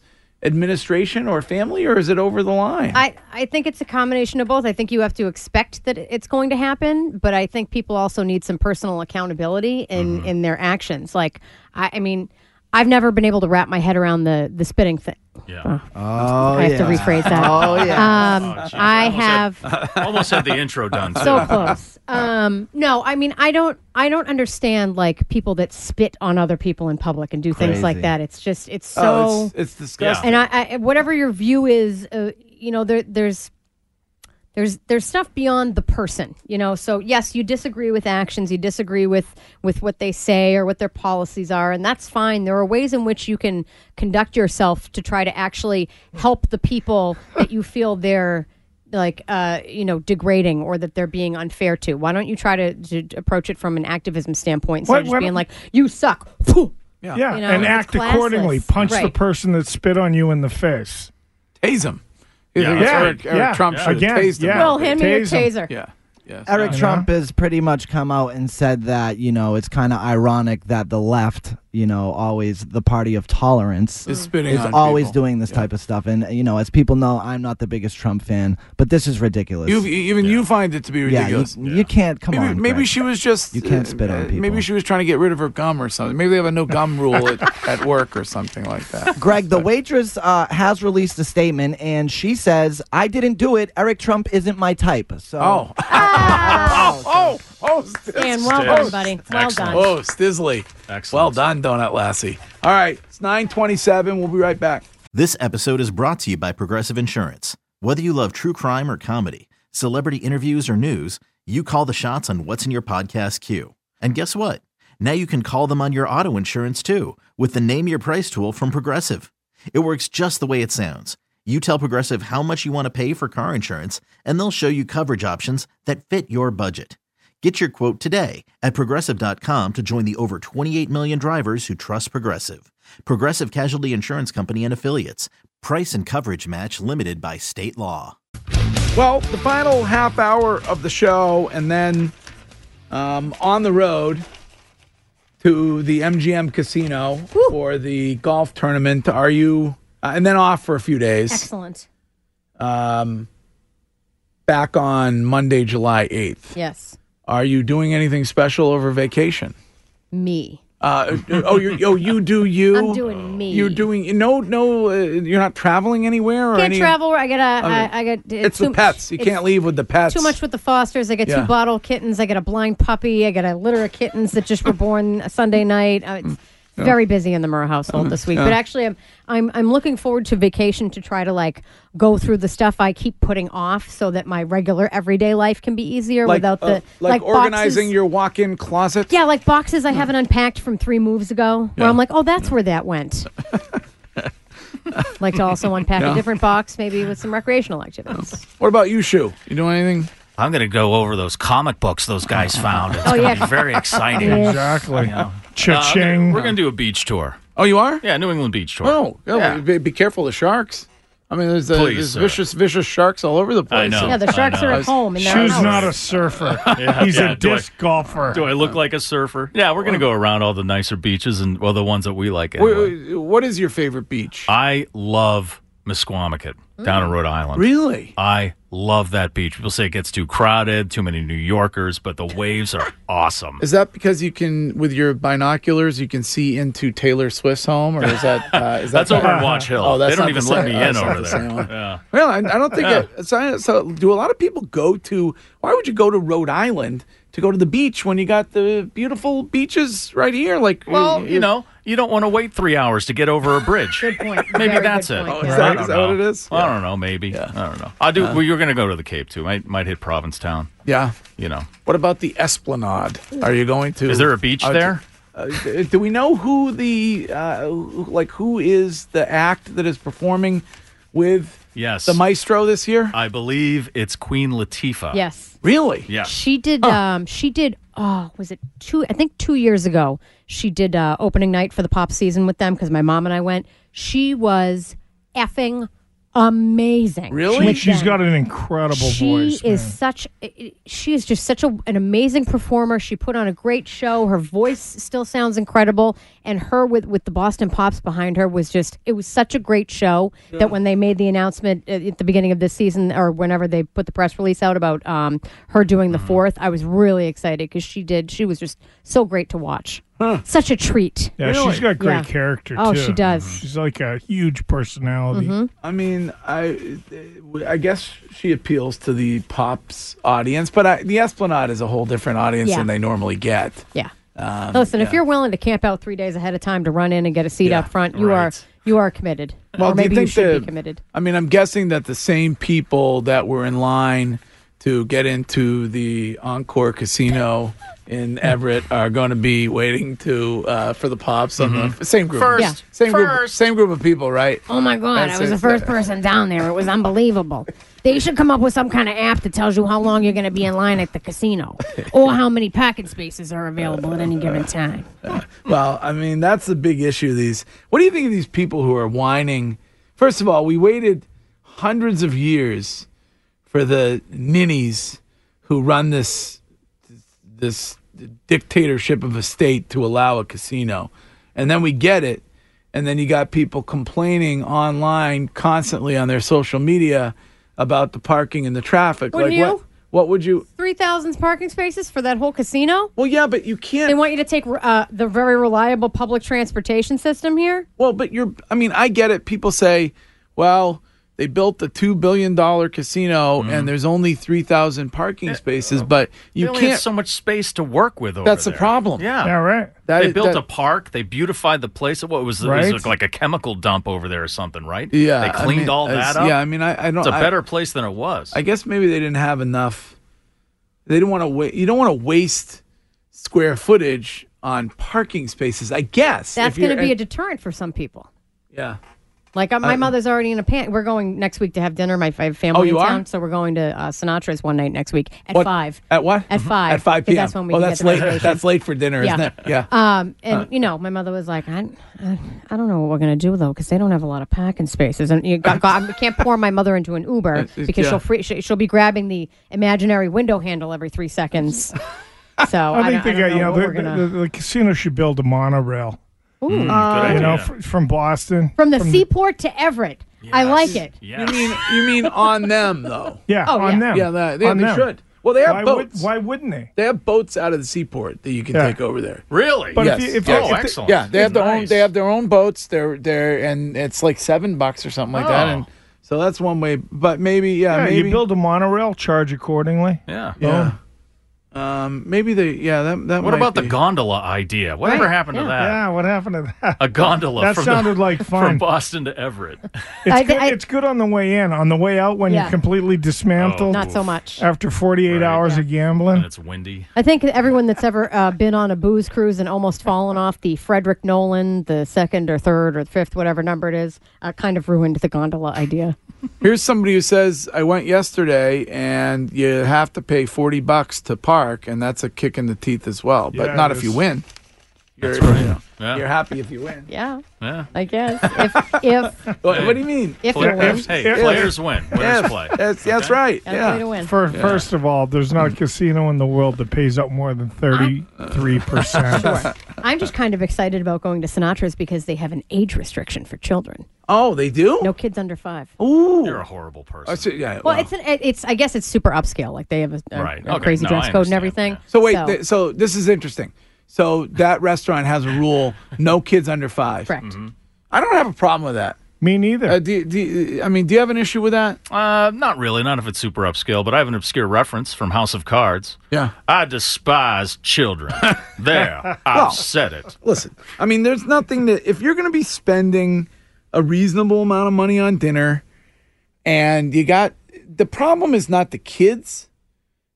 Speaker 3: administration or family, or is it over the line?
Speaker 5: I, I think it's a combination of both. I think you have to expect that it's going to happen, but I think people also need some personal accountability in,
Speaker 3: Mm-hmm.
Speaker 5: in their actions. Like, I, I mean, I've never been able to wrap my head around the, the
Speaker 3: (laughs)
Speaker 5: spitting thing.
Speaker 6: Yeah.
Speaker 13: Oh,
Speaker 5: I have
Speaker 13: yeah.
Speaker 5: to rephrase that.
Speaker 13: Oh, yeah.
Speaker 5: Um,
Speaker 6: jeez.
Speaker 5: I
Speaker 6: almost had-
Speaker 3: (laughs)
Speaker 5: have
Speaker 6: almost had the intro done. Too.
Speaker 5: so close. Um, no, I mean, I don't, I don't understand like people that spit on other people in public and do things like
Speaker 13: Crazy.
Speaker 5: that. It's just, it's so.
Speaker 3: oh, it's, it's disgusting.
Speaker 5: and I, I whatever your view is uh, you know there there's there's there's stuff beyond the person you know so yes you disagree with actions you disagree with with what they say or what their policies are and that's fine there are ways in which you can conduct yourself to try to actually help the people that you feel they're like uh, you know degrading or that they're being unfair to. Why don't you try to, to approach it from an activism standpoint instead
Speaker 4: Why-
Speaker 5: of just
Speaker 4: why
Speaker 5: being
Speaker 4: don't-
Speaker 5: like you suck?
Speaker 4: Yeah,
Speaker 5: You know,
Speaker 4: and
Speaker 5: it's
Speaker 4: act
Speaker 5: classless.
Speaker 4: accordingly. Punch the
Speaker 5: Right.
Speaker 4: person that spit on you in the face.
Speaker 3: Tase him.
Speaker 4: Yeah,
Speaker 3: That's Eric- Eric
Speaker 4: yeah.
Speaker 3: Trump should have
Speaker 4: Again,
Speaker 3: tased him.
Speaker 4: yeah.
Speaker 5: Will, hand me your
Speaker 4: Tase
Speaker 5: taser.
Speaker 3: Yeah. Yes.
Speaker 13: Eric
Speaker 3: Yeah.
Speaker 13: Trump has pretty much come out and said that, you know, it's kind of ironic that the left, you know, always the party of tolerance
Speaker 3: Is spitting on
Speaker 13: always
Speaker 3: people.
Speaker 13: doing this type of stuff. And, you know, as people know, I'm not the biggest Trump fan, but this is ridiculous.
Speaker 3: You, even you find it to be
Speaker 13: yeah, you,
Speaker 3: ridiculous.
Speaker 13: you can't, come
Speaker 3: maybe
Speaker 13: on.
Speaker 3: maybe
Speaker 13: Greg.
Speaker 3: she was just uh,
Speaker 13: You can't spit on people.
Speaker 3: Maybe she was trying to get rid of her gum or something. Maybe they have a no gum
Speaker 13: (laughs)
Speaker 3: rule at, at work or something like that.
Speaker 13: Greg, the waitress uh, has released a statement, and she says, "I didn't do it. Eric Trump isn't my type." So, (laughs)
Speaker 3: Oh. Oh, oh, oh, Stiz-
Speaker 5: And well
Speaker 3: Stiz.
Speaker 5: done, buddy. Well done.
Speaker 3: Oh, Stizzly. Well done, Donut Lassie. All right, it's 927. We'll be right back.
Speaker 1: This episode is brought to you by Progressive Insurance. Whether you love true crime or comedy, celebrity interviews or news, you call the shots on what's in your podcast queue. And guess what? Now you can call them on your auto insurance too with the Name Your Price tool from Progressive. It works just the way it sounds. You tell Progressive how much you want to pay for car insurance, and they'll show you coverage options that fit your budget. Get your quote today at progressive.com to join the over 28 million drivers who trust Progressive. Progressive Casualty Insurance Company and Affiliates. Price and coverage match limited by state law.
Speaker 3: Well, the final half hour of the show, and then um, on the road to the MGM Casino for the golf tournament. Are you? Uh, and then off for a few days.
Speaker 5: Excellent.
Speaker 3: Um, back on Monday, July eighth.
Speaker 5: Yes,
Speaker 3: Are you doing anything special over vacation?
Speaker 5: me.
Speaker 3: Uh, oh, you oh you do you.
Speaker 5: I'm doing me.
Speaker 3: You're doing no no. Uh, you're not traveling anywhere or
Speaker 5: Can't
Speaker 3: any.
Speaker 5: travel. I gotta.
Speaker 3: I mean,
Speaker 5: I, I got.
Speaker 3: It's the pets. You can't leave with the pets.
Speaker 5: Too much with the Fosters. I got
Speaker 3: Yeah.
Speaker 5: two bottle kittens. I got a blind puppy. I got a litter of kittens that just were born a Sunday night. Uh, it's
Speaker 14: Yeah.
Speaker 5: very busy in the Murrah household this week. But
Speaker 14: Yeah.
Speaker 5: actually, I'm I'm I'm looking forward to vacation to try to like go through the stuff I keep putting off so that my regular everyday life can be easier
Speaker 3: Like,
Speaker 5: without the
Speaker 3: uh, like, organizing
Speaker 5: boxes.
Speaker 3: your walk-in closet.
Speaker 5: Yeah, like boxes I haven't unpacked from three moves ago, where
Speaker 3: Yeah.
Speaker 5: I'm like, oh, that's where that went. like to also unpack
Speaker 3: Yeah.
Speaker 5: a different box, maybe with some recreational activities.
Speaker 3: What about you, Shu? You doing anything?
Speaker 6: I'm going to go over those comic books those guys found. It's
Speaker 5: (laughs) Oh,
Speaker 6: going to
Speaker 5: yeah. (laughs)
Speaker 6: be very exciting.
Speaker 5: Yeah.
Speaker 4: Exactly.
Speaker 6: Cha-ching. we're going to do a beach tour.
Speaker 3: Oh, you are?
Speaker 6: Yeah, New England beach tour.
Speaker 3: Oh, yeah,
Speaker 6: Yeah.
Speaker 3: Be, be careful of sharks. I mean, there's, uh,
Speaker 6: Please,
Speaker 3: there's
Speaker 6: sir.
Speaker 3: vicious, vicious sharks all over the place.
Speaker 6: know, Yeah, the I sharks know. are at home in their
Speaker 4: Shu's
Speaker 6: house.
Speaker 4: not a surfer.
Speaker 6: (laughs) Yeah,
Speaker 4: He's
Speaker 6: yeah,
Speaker 4: a
Speaker 6: do I-
Speaker 4: disc golfer.
Speaker 6: Do I look like a surfer? Yeah, we're going to go around all the nicer beaches and well, the ones that we like.
Speaker 3: Oh. Wait,
Speaker 6: Anyway.
Speaker 3: wait, what is your favorite beach?
Speaker 6: I love Musquamacut down in Rhode Island.
Speaker 3: Mm. Really?
Speaker 6: I love that beach. People say it gets too crowded, too many New Yorkers, but the
Speaker 3: (laughs)
Speaker 6: waves are awesome.
Speaker 3: Is that because you can, with your binoculars, you can see into Taylor Swift's home, or is that uh, is that
Speaker 6: That's over in Watch Hill.
Speaker 3: Oh, that's
Speaker 6: They don't
Speaker 3: not
Speaker 6: even
Speaker 3: the
Speaker 6: let
Speaker 3: same-
Speaker 6: me
Speaker 3: oh,
Speaker 6: in
Speaker 3: it's not
Speaker 6: over
Speaker 3: the
Speaker 6: there.
Speaker 3: same one.
Speaker 6: Yeah.
Speaker 3: Well, I, I don't think
Speaker 6: Yeah.
Speaker 3: it. So, so, do a lot of people go to? Why would you go to Rhode Island to go to the beach when you got the beautiful beaches right here? Like,
Speaker 6: Well, you know, you don't want to wait three hours to get over a bridge. good
Speaker 5: point.
Speaker 6: Maybe
Speaker 3: Very
Speaker 6: that's
Speaker 3: good
Speaker 6: it.
Speaker 3: point. Oh, is that-
Speaker 6: I don't
Speaker 3: is that what
Speaker 6: know.
Speaker 3: it is?
Speaker 6: I don't know. Maybe. I don't know. I do.
Speaker 3: Uh,
Speaker 6: well, you're going to go to the Cape too. Might might hit Provincetown.
Speaker 3: yeah.
Speaker 6: You know.
Speaker 3: What about the Esplanade? Are you going to?
Speaker 6: Is there a beach
Speaker 3: out to-
Speaker 6: there?
Speaker 3: Uh, d- do we know who the uh, who- like who is the act that is performing with
Speaker 6: Yes. Uh,
Speaker 3: the maestro this year?
Speaker 6: I believe it's Queen Latifah.
Speaker 5: Yes.
Speaker 3: Really?
Speaker 6: Yeah.
Speaker 5: She did. Um, she did. Oh, was it two? I think two years ago she did uh, opening night for the pop season with them because my mom and I went. She was effing amazing.
Speaker 4: She,
Speaker 5: with
Speaker 4: she's
Speaker 5: them.
Speaker 4: got an incredible
Speaker 5: she
Speaker 4: voice.
Speaker 5: is such she is just such a, an amazing performer she put on a great show her voice still sounds incredible and her with with the boston pops behind her was just it was such a great show
Speaker 14: Yeah.
Speaker 5: that when they made the announcement at, at the beginning of this season or whenever they put the press release out about um, her doing
Speaker 4: Mm-hmm.
Speaker 5: the fourth i was really excited because she did she was just so great to watch such a treat
Speaker 4: Yeah, she's got great character
Speaker 5: oh
Speaker 4: too.
Speaker 5: she does Mm-hmm.
Speaker 4: She's like a huge personality.
Speaker 3: I mean, I I guess she appeals to the pops audience, but I, the Esplanade is a whole different audience
Speaker 5: Yeah. Oh.
Speaker 3: than they normally get.
Speaker 5: Yeah.
Speaker 3: Um,
Speaker 5: Listen, if
Speaker 3: yeah.
Speaker 5: you're willing to camp out three days ahead of time to run in and get a seat up front, you are you are committed.
Speaker 3: Well,
Speaker 5: or
Speaker 3: do you
Speaker 5: maybe
Speaker 3: think
Speaker 5: should
Speaker 3: the-
Speaker 5: be committed.
Speaker 3: I mean, I'm guessing that the same people that were in line to get into the Encore Casino in Everett are going to be waiting to uh, for the pops on the same group,
Speaker 5: Mm-hmm. First, Yeah.
Speaker 3: same group, same group of people, right?
Speaker 5: Oh my god,
Speaker 3: That's
Speaker 5: I was
Speaker 3: it. (laughs)
Speaker 5: the first person down there. It was unbelievable. They should come up with some kind of app that tells you how long you're going to be in line at the
Speaker 3: (laughs)
Speaker 5: casino or how many parking spaces are available at any given time.
Speaker 3: Well, I mean, that's the big issue. These. What do you think of these people who are whining? First of all, we waited hundreds of years for the ninnies who run this this dictatorship of a state to allow a casino, and then we get it, and then you got people complaining online constantly on their social media about the parking and the traffic.
Speaker 5: Wouldn't
Speaker 3: like what?
Speaker 5: you?
Speaker 3: What would you?
Speaker 5: 3,000 parking spaces for that whole casino?
Speaker 3: Well, yeah, but you can't.
Speaker 5: They want you to take uh, the very reliable public transportation system here?
Speaker 3: Well, but you're, I mean, I get it. People say, well, they built the $2 billion casino
Speaker 6: Mm-hmm.
Speaker 3: and there's only 3,000 parking spaces, but you
Speaker 6: They only had
Speaker 3: can't.
Speaker 6: Eh, uh, so much space to work with over
Speaker 3: That's the
Speaker 6: there.
Speaker 3: problem.
Speaker 6: Yeah.
Speaker 3: Yeah, right. That
Speaker 6: they
Speaker 3: is-
Speaker 6: built
Speaker 3: that-
Speaker 6: a park. They beautified the place. What was it?
Speaker 3: Right.
Speaker 6: was like a chemical dump over there or something, right?
Speaker 3: Yeah,
Speaker 6: They
Speaker 3: I
Speaker 6: cleaned
Speaker 3: mean,
Speaker 6: all that
Speaker 3: it's-
Speaker 6: up.
Speaker 3: yeah, I mean, I- I don't-
Speaker 6: It's a
Speaker 3: I-
Speaker 6: better place than it was. Hmm.
Speaker 3: I guess maybe they didn't have enough. They didn't want to wait. You don't want to waste square footage on parking spaces, I guess.
Speaker 5: That's
Speaker 3: if you're-
Speaker 5: going to be a
Speaker 3: and-
Speaker 5: deterrent for some people.
Speaker 3: Yeah.
Speaker 5: Like uh, my
Speaker 3: Uh,
Speaker 5: mother's already in a panic. We're going next week to have dinner. My, my family
Speaker 3: Oh, you
Speaker 5: in
Speaker 3: are?
Speaker 5: town, so we're going to uh, Sinatra's one night next week at
Speaker 3: What-
Speaker 5: five.
Speaker 3: At what? Mm-hmm.
Speaker 5: At five.
Speaker 3: At 5
Speaker 5: because
Speaker 3: p.m.
Speaker 5: That's when we
Speaker 3: well,
Speaker 5: can
Speaker 3: Oh, that's
Speaker 5: get the
Speaker 3: late. Uh.
Speaker 5: reservation.
Speaker 3: That's late for dinner, isn't
Speaker 5: Yeah.
Speaker 3: it? Yeah.
Speaker 5: (laughs) Um, and
Speaker 3: Huh.
Speaker 5: you know, my mother was like, I, I, I don't know what we're gonna do though, because they don't have a lot of parking spaces, and
Speaker 3: (laughs)
Speaker 5: you got, got, I can't pour my mother into an Uber
Speaker 3: Uh,
Speaker 5: because
Speaker 3: yeah.
Speaker 5: she'll free, she, she'll be grabbing the imaginary window handle every
Speaker 3: (laughs)
Speaker 5: three seconds. So I,
Speaker 4: I think
Speaker 5: don't- I
Speaker 4: they
Speaker 5: don't
Speaker 4: got
Speaker 5: know
Speaker 4: you know
Speaker 5: what
Speaker 4: the,
Speaker 5: we're gonna-
Speaker 4: the, the, casino should build a monorail.
Speaker 5: Ooh. Mm, good Uh,
Speaker 4: you know,
Speaker 5: idea.
Speaker 4: fr- from Boston,
Speaker 5: from the seaport to Everett. I like it.
Speaker 3: You mean you mean on them though?
Speaker 4: Yeah, Oh, on yeah. them.
Speaker 3: Yeah, that- they,
Speaker 4: On
Speaker 3: they
Speaker 4: them.
Speaker 3: should. Well, they have
Speaker 4: Why would-
Speaker 3: boats.
Speaker 4: why wouldn't they?
Speaker 3: They have boats out of the seaport that you can
Speaker 4: Yeah.
Speaker 3: take over there.
Speaker 6: Really?
Speaker 4: But if
Speaker 3: Yes.
Speaker 4: you- if-
Speaker 3: yeah.
Speaker 4: Oh, if- excellent.
Speaker 3: Yeah, they
Speaker 4: That's
Speaker 3: have their own.
Speaker 4: nice.
Speaker 3: They have their own boats. They're they're and it's like seven bucks or something like that.
Speaker 4: Oh.
Speaker 3: And so that's one way. But maybe yeah,
Speaker 4: yeah,
Speaker 3: maybe
Speaker 4: you build a monorail, charge accordingly.
Speaker 6: Yeah.
Speaker 4: Boom.
Speaker 3: Um, maybe they yeah that that.
Speaker 6: what
Speaker 3: might
Speaker 6: about
Speaker 3: be.
Speaker 6: the gondola idea? Whatever
Speaker 4: Right,
Speaker 6: happened to
Speaker 4: yeah.
Speaker 6: that?
Speaker 4: Yeah, what happened to that?
Speaker 6: A gondola.
Speaker 4: That
Speaker 6: from
Speaker 4: sounded
Speaker 3: (laughs)
Speaker 6: the,
Speaker 4: like fun.
Speaker 6: (laughs) From Boston to Everett.
Speaker 4: It's, good, it's good on the way in. On the way out, when
Speaker 5: Yeah.
Speaker 4: you're completely dismantled,
Speaker 5: Not so much.
Speaker 4: After 48 hours of gambling,
Speaker 6: it's windy.
Speaker 5: I think everyone that's ever uh, been on a booze cruise and almost fallen off the Frederick Nolan, the second or third or fifth, whatever number it is, uh, kind of ruined the gondola idea.
Speaker 3: Here's somebody who says I went yesterday and you have to pay forty bucks to park, and that's a kick in the teeth as well. But
Speaker 6: Yeah,
Speaker 3: not
Speaker 6: it
Speaker 3: if
Speaker 6: is.
Speaker 3: you win. You're,
Speaker 6: right.
Speaker 3: you know,
Speaker 6: Yeah.
Speaker 3: you're happy if you win.
Speaker 5: Yeah.
Speaker 6: Yeah.
Speaker 5: I guess. If, if
Speaker 3: What, what do you mean?
Speaker 5: If
Speaker 6: Play- hey, players win. Winners
Speaker 3: If.
Speaker 6: play.
Speaker 3: That's, that's right.
Speaker 5: Gotta
Speaker 3: yeah. Mm.
Speaker 5: play to win.
Speaker 4: Fir- First of all, there's not a casino in the world that pays out more than
Speaker 3: (laughs)
Speaker 4: 33%.
Speaker 5: I'm just kind of excited about going to Sinatra's because they have an age restriction for children.
Speaker 3: Oh, they do?
Speaker 5: No kids under five.
Speaker 3: Ooh.
Speaker 6: You're a horrible person.
Speaker 3: I see, yeah,
Speaker 5: Well, it's an it's I guess it's super upscale. Like they have a, a-
Speaker 6: Right.
Speaker 5: a
Speaker 6: Okay.
Speaker 5: crazy
Speaker 6: No,
Speaker 5: dress
Speaker 6: I
Speaker 5: code and everything.
Speaker 3: So wait, th- so this is interesting. So that restaurant has a rule: no kids under five.
Speaker 5: Correct.
Speaker 3: I don't have a problem with that.
Speaker 4: Me neither.
Speaker 3: Uh, do, do, I mean, do you have an issue with that?
Speaker 6: Uh, not really. Not if it's super upscale, but I have an obscure reference from House of Cards.
Speaker 3: Yeah.
Speaker 6: I despise
Speaker 3: (laughs)
Speaker 6: children. there, I've
Speaker 3: Well,
Speaker 6: said it.
Speaker 3: Listen, I mean, there's nothing that if you're going to be spending a reasonable amount of money on dinner, and you got the problem is not the kids,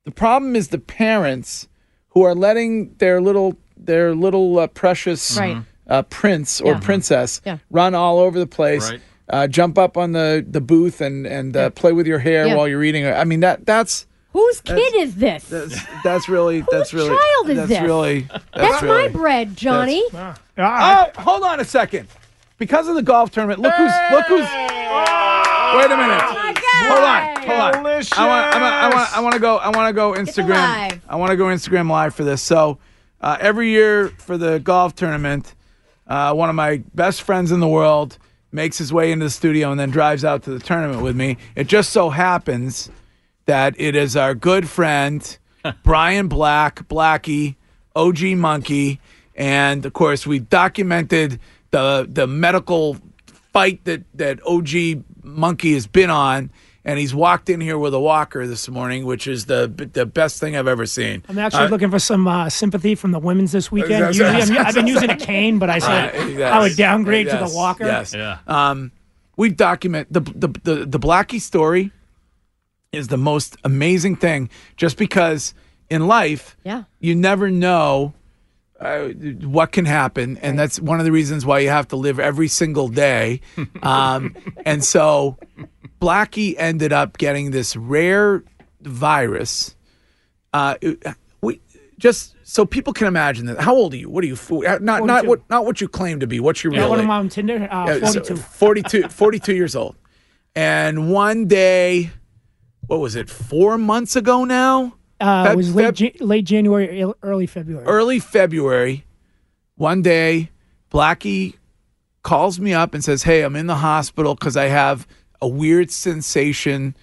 Speaker 3: the problem is the parents who are letting their little their little uh, precious
Speaker 5: Right. Mhm.
Speaker 3: uh, prince or
Speaker 5: Yeah.
Speaker 3: princess
Speaker 5: Yeah.
Speaker 3: run all over the place.
Speaker 6: Right.
Speaker 3: Uh, jump up on the, the booth and and uh, play with your hair
Speaker 5: Yeah.
Speaker 3: while you're eating. I mean that
Speaker 5: (laughs)
Speaker 3: that's
Speaker 5: Whose kid is this? That's,
Speaker 3: that's, that's really that's really
Speaker 5: child is
Speaker 3: that's
Speaker 5: this?
Speaker 3: really that's
Speaker 5: my
Speaker 3: really-
Speaker 5: bread, Johnny.
Speaker 4: Ah,
Speaker 3: Oh, hold on a second. Because of the golf tournament, look who's look who's. Wait a minute. Hold on, hold on. I want, I want, I want, I want to go. I want to go Instagram.
Speaker 5: alive.
Speaker 3: I want to go Instagram live for this. So, uh, every year for the golf tournament, uh, one of my best friends in the world makes his way into the studio and then drives out to the tournament with me. It just so happens that it is our good friend Brian Black, Blackie, OG Monkey, and of course we documented the the medical fight that that OG Monkey has been on, and he's walked in here with a walker this morning, which is the the best thing I've ever seen.
Speaker 14: I'm actually
Speaker 3: Uh,
Speaker 14: looking for some uh, sympathy from the women's this weekend.
Speaker 3: Yes,
Speaker 14: Usually
Speaker 3: yes,
Speaker 14: I'm,
Speaker 3: yes,
Speaker 14: I've been
Speaker 3: yes.
Speaker 14: using a cane, but I said
Speaker 3: Right, yes.
Speaker 14: I would downgrade to
Speaker 3: Yes,
Speaker 14: the walker.
Speaker 3: Yes. Um, we document the, the the the Blackie story is the most amazing thing, just because in life,
Speaker 5: Yeah.
Speaker 3: you never know uh, what can happen, and that's one of the reasons why you have to live every single day. Um, and so Blackie ended up getting this rare virus. Uh, it- we just so people can imagine that. How old are you? What are you? fo- uh, Not not
Speaker 14: 42.
Speaker 3: what not what you claim to be. What's your
Speaker 14: Yeah,
Speaker 3: real
Speaker 14: one
Speaker 3: age?
Speaker 14: of them on Tinder. Uh,
Speaker 3: Yeah, so
Speaker 14: 42.
Speaker 3: 42, 42 years old. And one day, what was it, four months ago now?
Speaker 14: uh,
Speaker 3: Feb-
Speaker 14: it was late, Ja- late January, ear- early February.
Speaker 3: Early February, one day, Blackie calls me up and says, Hey, I'm in the hospital because I have a weird sensation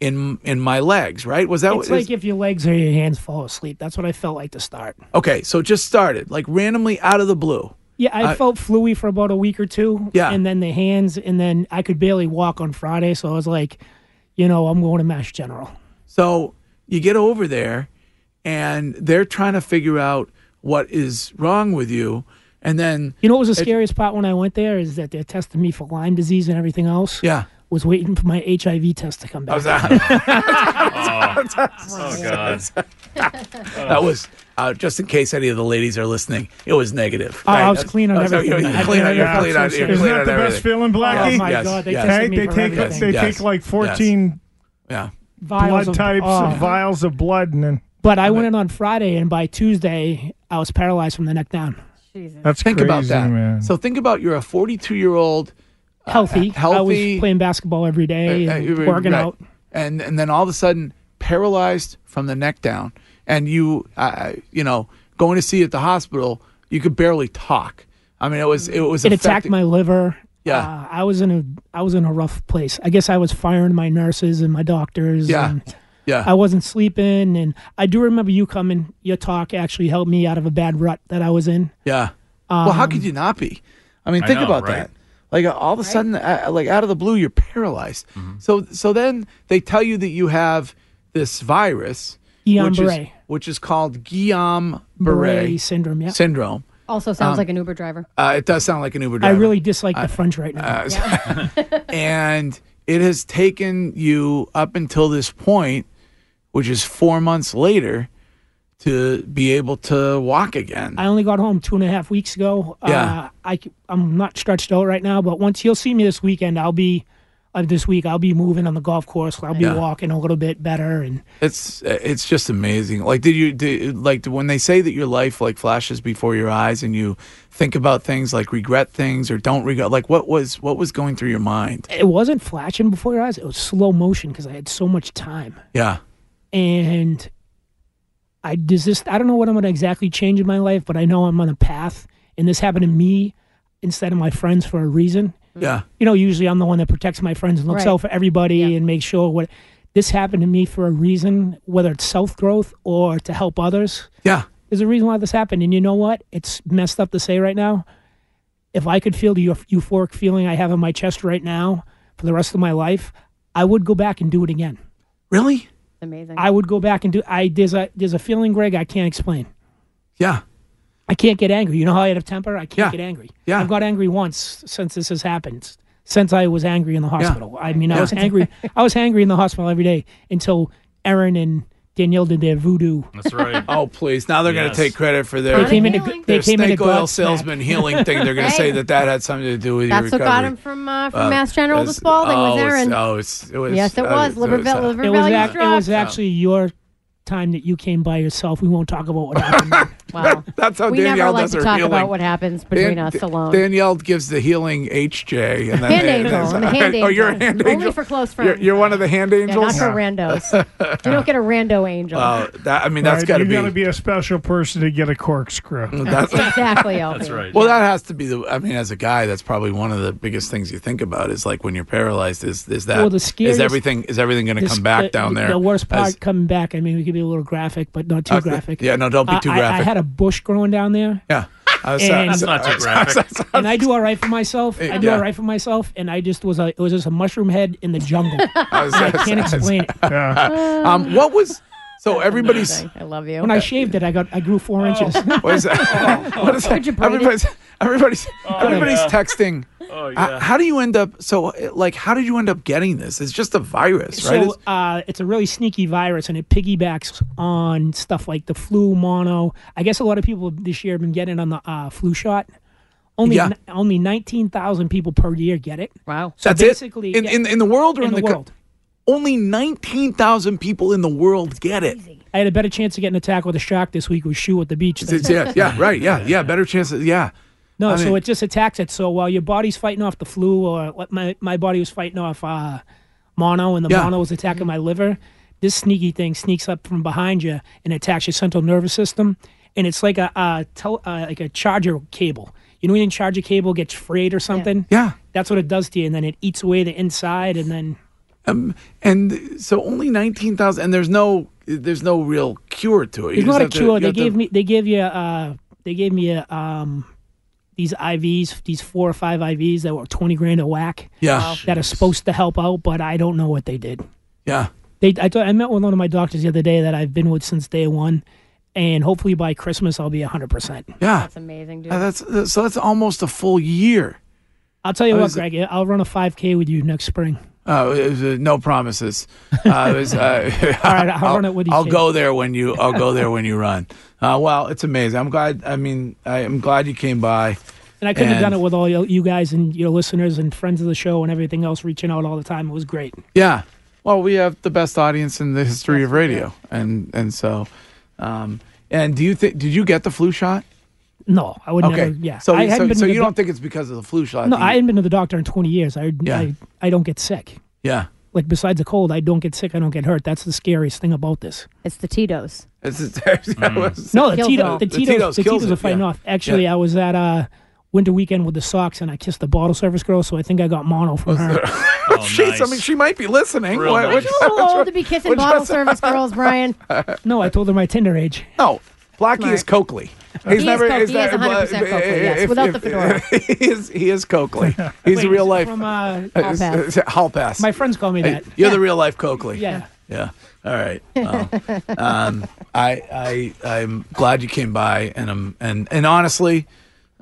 Speaker 3: in in my legs, right? Was that
Speaker 14: it's
Speaker 3: what
Speaker 14: like if your legs or your hands fall asleep. That's what I felt like to start.
Speaker 3: Okay, so it just started, like randomly out of the blue.
Speaker 14: Yeah, I
Speaker 3: Uh,
Speaker 14: felt fluey for about a week or two.
Speaker 3: Yeah.
Speaker 14: And then the hands, and then I could barely walk on Friday. So I was like, you know, I'm going to Mass General.
Speaker 3: So you get over there and they're trying to figure out what is wrong with you. And then
Speaker 14: You know what was the
Speaker 3: it-
Speaker 14: scariest part when I went there is that they're testing me for Lyme disease and everything else.
Speaker 3: Yeah.
Speaker 14: Was waiting for my HIV test to come back.
Speaker 4: (laughs)
Speaker 3: oh God! that was uh, just in case any of the ladies are listening. It was negative.
Speaker 14: Oh, I
Speaker 3: Right,
Speaker 14: was
Speaker 3: that's-
Speaker 14: clean on
Speaker 3: that's how
Speaker 14: everything.
Speaker 3: you- you
Speaker 14: I
Speaker 3: clean
Speaker 14: did
Speaker 3: on- you
Speaker 14: everything.
Speaker 3: clean on- you
Speaker 14: Isn't
Speaker 3: clean
Speaker 14: that
Speaker 3: on
Speaker 14: the best
Speaker 3: everything.
Speaker 14: feeling, Blackie? Oh, my God, they tested me
Speaker 4: they
Speaker 14: for
Speaker 4: take
Speaker 14: everything.
Speaker 4: they
Speaker 14: Yes.
Speaker 4: take like
Speaker 14: Yes.
Speaker 4: fourteen
Speaker 3: Yeah.
Speaker 14: Vials
Speaker 4: blood
Speaker 14: of-
Speaker 4: types,
Speaker 14: oh.
Speaker 4: vials of blood, and then
Speaker 14: But I went in on Friday, and by Tuesday, I was paralyzed from the neck down.
Speaker 4: that's
Speaker 3: think about
Speaker 4: crazy,
Speaker 3: that.
Speaker 4: man.
Speaker 3: So think about you're a 42 year old
Speaker 14: Healthy. I
Speaker 3: Uh, healthy-
Speaker 14: was playing basketball every day,
Speaker 3: Uh,
Speaker 14: and
Speaker 3: uh,
Speaker 14: working
Speaker 3: right.
Speaker 14: out.
Speaker 3: and and then all of a sudden paralyzed from the neck down, and you, uh, you know, going to see at the hospital, you could barely talk. I mean, it was it was
Speaker 14: it attacked
Speaker 3: affecting-
Speaker 14: my liver.
Speaker 3: Yeah.
Speaker 14: Uh, I was in a I was in a rough place. I guess I was firing my nurses and my doctors.
Speaker 3: Yeah.
Speaker 14: and
Speaker 3: Yeah.
Speaker 14: I wasn't sleeping, and I do remember you coming. Your talk actually helped me out of a bad rut that I was in.
Speaker 3: Yeah. well, how could
Speaker 14: Um,
Speaker 3: you not be? I mean,
Speaker 14: I
Speaker 3: think
Speaker 14: know,
Speaker 3: about
Speaker 14: right?
Speaker 3: that. Like uh, all of a sudden, uh, like out of the blue, you're paralyzed.
Speaker 14: Mm-hmm.
Speaker 3: So, so then they tell you that you have this virus, which is,
Speaker 14: Guillain-Barré.
Speaker 3: which is called Guillain-Barré
Speaker 14: Barré syndrome, yeah.
Speaker 3: Syndrome.
Speaker 5: Also sounds
Speaker 3: Um,
Speaker 5: like an Uber driver.
Speaker 3: Uh, it does sound like an Uber
Speaker 14: I
Speaker 3: driver.
Speaker 14: really dislike the French right now.
Speaker 3: Uh, (laughs) and it has taken you up until this point, which is four months later, to be able to walk again.
Speaker 14: I only got home two and a half weeks ago.
Speaker 3: Yeah.
Speaker 14: Uh, I, am not stretched out right now, but once you'll see me this weekend, I'll be, uh, this week, I'll be moving on the golf course. I'll be
Speaker 3: Yeah.
Speaker 14: walking a little bit better. And
Speaker 3: It's it's just amazing. Like, did you did, like when they say that your life like flashes before your eyes and you think about things like regret things or don't regret? Like, what was what was going through your mind?
Speaker 14: it wasn't flashing before your eyes, it was slow motion because I had so much time.
Speaker 3: Yeah,
Speaker 14: And I desist. I don't know what I'm going to exactly change in my life, but I know I'm on a path. And this happened to me instead of my friends for a reason.
Speaker 3: yeah,
Speaker 14: you know, usually I'm the one that protects my friends and looks
Speaker 3: Right.
Speaker 14: out for everybody and makes sure what this happened to me for a reason, whether it's self growth or to help others.
Speaker 3: yeah.
Speaker 14: There's a reason why this happened. And you know what? It's messed up to say right now. If I could feel the eu- euphoric feeling I have in my chest right now for the rest of my life, I would go back and do it again.
Speaker 3: Really?
Speaker 5: Amazing.
Speaker 14: I would go back and do I there's a there's a feeling, Greg, I can't explain.
Speaker 3: Yeah.
Speaker 14: I can't get angry. You know how I had a temper? I can't
Speaker 3: Yeah.
Speaker 14: get angry.
Speaker 3: Yeah.
Speaker 14: I've got angry once since this has happened. Since I was angry in the hospital. I mean, I
Speaker 3: Yeah.
Speaker 14: was angry. I was angry in the hospital every day until Aaron and Danielle did their voodoo.
Speaker 3: That's right. oh, please! Now they're going
Speaker 14: Yes.
Speaker 3: to take credit for their
Speaker 14: They came into-
Speaker 3: their
Speaker 14: they came into
Speaker 3: snake oil
Speaker 14: Godsmack.
Speaker 3: salesman healing thing.
Speaker 5: (laughs)
Speaker 3: They're going to say that that had something to do with
Speaker 5: That's
Speaker 3: your
Speaker 5: what
Speaker 3: recovery.
Speaker 5: got him from uh, from
Speaker 3: Uh,
Speaker 5: Mass General to
Speaker 3: it's-
Speaker 5: Spalding
Speaker 3: oh,
Speaker 5: was
Speaker 3: it's-
Speaker 5: Aaron.
Speaker 3: oh, it's- it was-
Speaker 5: yes, it
Speaker 3: uh,
Speaker 5: was. Liver,
Speaker 3: it's, uh,
Speaker 5: val- liver
Speaker 14: It was,
Speaker 5: value
Speaker 14: ac- it
Speaker 5: dropped.
Speaker 14: was actually your time that you came by yourself. We won't talk about
Speaker 3: (laughs)
Speaker 14: what happened.
Speaker 5: Wow.
Speaker 3: That's how
Speaker 5: we
Speaker 3: Oh, Danielle
Speaker 5: never like
Speaker 3: does
Speaker 5: to
Speaker 3: her
Speaker 5: talk
Speaker 3: healing.
Speaker 5: about what happens between
Speaker 3: Dan-
Speaker 5: us alone.
Speaker 3: Danielle gives the healing HJ. And then
Speaker 5: Hand angel, I'm a hand
Speaker 3: (laughs) Oh, you're a
Speaker 5: angel.
Speaker 3: hand
Speaker 5: Only
Speaker 3: angel.
Speaker 5: for close
Speaker 3: You're,
Speaker 5: friends.
Speaker 3: you're one of the hand
Speaker 5: yeah, not
Speaker 3: angels.
Speaker 5: for randos.
Speaker 3: (laughs)
Speaker 5: you don't get a rando angel.
Speaker 3: Wow, that, I mean, that's got to
Speaker 4: you
Speaker 3: be.
Speaker 4: got to be a special person to get a corkscrew.
Speaker 3: That's
Speaker 5: exactly, Alfie.
Speaker 3: Well, that has to be the. I mean, as a guy, that's probably one of the biggest things you think about is like when you're paralyzed. Is is that? Is
Speaker 14: Well, the scariest-
Speaker 3: everything is everything going to
Speaker 14: This-
Speaker 3: come back
Speaker 14: the-
Speaker 3: down there?
Speaker 14: The worst part
Speaker 3: as-
Speaker 14: coming back. I mean, we could be a little graphic, but not too
Speaker 3: Uh,
Speaker 14: graphic.
Speaker 3: yeah, no, don't be
Speaker 14: I-
Speaker 3: too
Speaker 14: I- I
Speaker 3: graphic.
Speaker 14: had a bush growing down there.
Speaker 3: yeah. I was-
Speaker 14: And-
Speaker 6: That's not too graphic.
Speaker 14: and I do all right for myself. I do
Speaker 3: Yeah.
Speaker 14: all right for myself, and I just was a, it was just a mushroom head in the jungle.
Speaker 3: (laughs) I was-
Speaker 14: I can't (laughs) explain it.
Speaker 3: um, what was? So everybody's.
Speaker 5: I love you.
Speaker 14: When I shaved it, I got I grew four inches.
Speaker 3: What is (laughs) that? what is that?
Speaker 14: Could you braid it?
Speaker 3: Everybody's everybody's everybody's
Speaker 14: Oh, yeah.
Speaker 3: texting.
Speaker 14: Oh,
Speaker 3: H-
Speaker 14: yeah.
Speaker 3: How do you end up? So uh, like, how did you end up getting this? It's just a virus, right?
Speaker 14: So
Speaker 3: It's-
Speaker 14: uh, it's a really sneaky virus, and it piggybacks on stuff like the flu, mono. I guess a lot of people this year have been getting on the uh, flu shot Only
Speaker 3: Yeah.
Speaker 14: n- only nineteen thousand people per year get it. Wow, so
Speaker 3: That's
Speaker 14: basically,
Speaker 3: it. In,
Speaker 14: yeah,
Speaker 3: in in the world or in,
Speaker 14: in the
Speaker 3: co-
Speaker 14: world.
Speaker 3: only nineteen thousand people in the world get it.
Speaker 14: I had a better chance of getting attacked with a shark this week with shoe at the beach.
Speaker 3: It's- it's- yeah, yeah, right. Yeah, yeah. Better chances. Yeah.
Speaker 14: No,
Speaker 3: I
Speaker 14: so
Speaker 3: mean-
Speaker 14: it just attacks it. So while your body's fighting off the flu, or what my my body was fighting off uh, mono, and the
Speaker 3: Yeah.
Speaker 14: mono was attacking my liver, this sneaky thing sneaks up from behind you and attacks your central nervous system, and it's like a uh, tel- uh, like a charger cable. You know when a charger cable gets frayed or something?
Speaker 3: Yeah.
Speaker 14: That's what it does to you, and then it eats away the inside, and then
Speaker 3: Um, and so only nineteen thousand, and there's no there's no real cure to it. You just
Speaker 14: It's not a
Speaker 3: have to-
Speaker 14: cure.
Speaker 3: you
Speaker 14: They
Speaker 3: have to-
Speaker 14: gave me. They gave you. Uh, they gave me um, these IVs, these four or five IVs that were twenty grand a whack.
Speaker 3: Yeah. Wow.
Speaker 14: that are supposed to help out, but I don't know what they did.
Speaker 3: Yeah.
Speaker 14: They. I, thought, I met with one of my doctors the other day that I've been with since day one, and hopefully by Christmas I'll be hundred percent.
Speaker 3: Yeah.
Speaker 14: That's
Speaker 5: amazing,
Speaker 3: Uh, that's that's- so that's almost a full year.
Speaker 14: I'll tell you
Speaker 3: How
Speaker 14: what,
Speaker 3: is it-
Speaker 14: Greg. I'll run a five k with you next spring.
Speaker 3: Uh, it was, uh, no promises. Uh, it was, uh,
Speaker 14: (laughs) All right, I'll run it with you,
Speaker 3: I'll
Speaker 14: Shane.
Speaker 3: go there when you. I'll go there when you run. Uh, well, it's amazing. I'm glad. I mean, I am glad you came by.
Speaker 14: And I couldn't have done it with all you you guys and your listeners and friends of the show and everything else reaching out all the time. It was great.
Speaker 3: Yeah. Well, we have the best audience in the history of radio, and and so, um, and do you think? Did you get the flu shot?
Speaker 14: No, I would
Speaker 3: okay.
Speaker 14: never. Yeah.
Speaker 3: So,
Speaker 14: I
Speaker 3: so,
Speaker 14: hadn't been
Speaker 3: so
Speaker 14: to
Speaker 3: you
Speaker 14: the
Speaker 3: don't
Speaker 14: doc-
Speaker 3: think it's because of the flu shot?
Speaker 14: No,
Speaker 3: that you-
Speaker 14: I hadn't been to the doctor in 20 years. I,
Speaker 3: Yeah.
Speaker 14: I I don't get sick. (laughs)
Speaker 3: Yeah.
Speaker 14: Like besides a cold, I don't get sick. I don't get hurt. That's the scariest thing about this.
Speaker 5: It's the Tito's.
Speaker 3: It's just, (laughs)
Speaker 14: No, the, Tito, the Tito's, the Tito's, are fighting
Speaker 3: yeah.
Speaker 14: off. Actually,
Speaker 3: Yeah.
Speaker 14: I was at uh, winter weekend with the Sox, and I kissed the bottle service girl, so I think I got
Speaker 3: (laughs)
Speaker 14: mono from her.
Speaker 6: Oh,
Speaker 3: Jeez, I mean, she might be listening.
Speaker 14: Real
Speaker 3: What-
Speaker 14: nice.
Speaker 3: what-
Speaker 5: Too old to be kissing
Speaker 3: which
Speaker 5: bottle
Speaker 3: (laughs) was-
Speaker 5: service girls,
Speaker 3: (laughs)
Speaker 5: Brian.
Speaker 14: no, I told her my Tinder age.
Speaker 3: No, Blackie is Coakley.
Speaker 5: He is Coakley. He is 100% Coakley, yes, without the
Speaker 3: (laughs)
Speaker 5: fedora.
Speaker 3: he is he is
Speaker 14: (laughs)
Speaker 3: Coakley. He's
Speaker 14: Wait,
Speaker 3: a real life.
Speaker 14: is it from, uh,
Speaker 3: (laughs) It's- it's- Hall Pass.
Speaker 14: My friends call me
Speaker 3: Hey,
Speaker 14: that.
Speaker 3: You're the real life Coakley.
Speaker 14: Yeah.
Speaker 3: Yeah. All
Speaker 14: (laughs)
Speaker 3: right. Well, um, I I I'm glad you came by, and I'm and and honestly,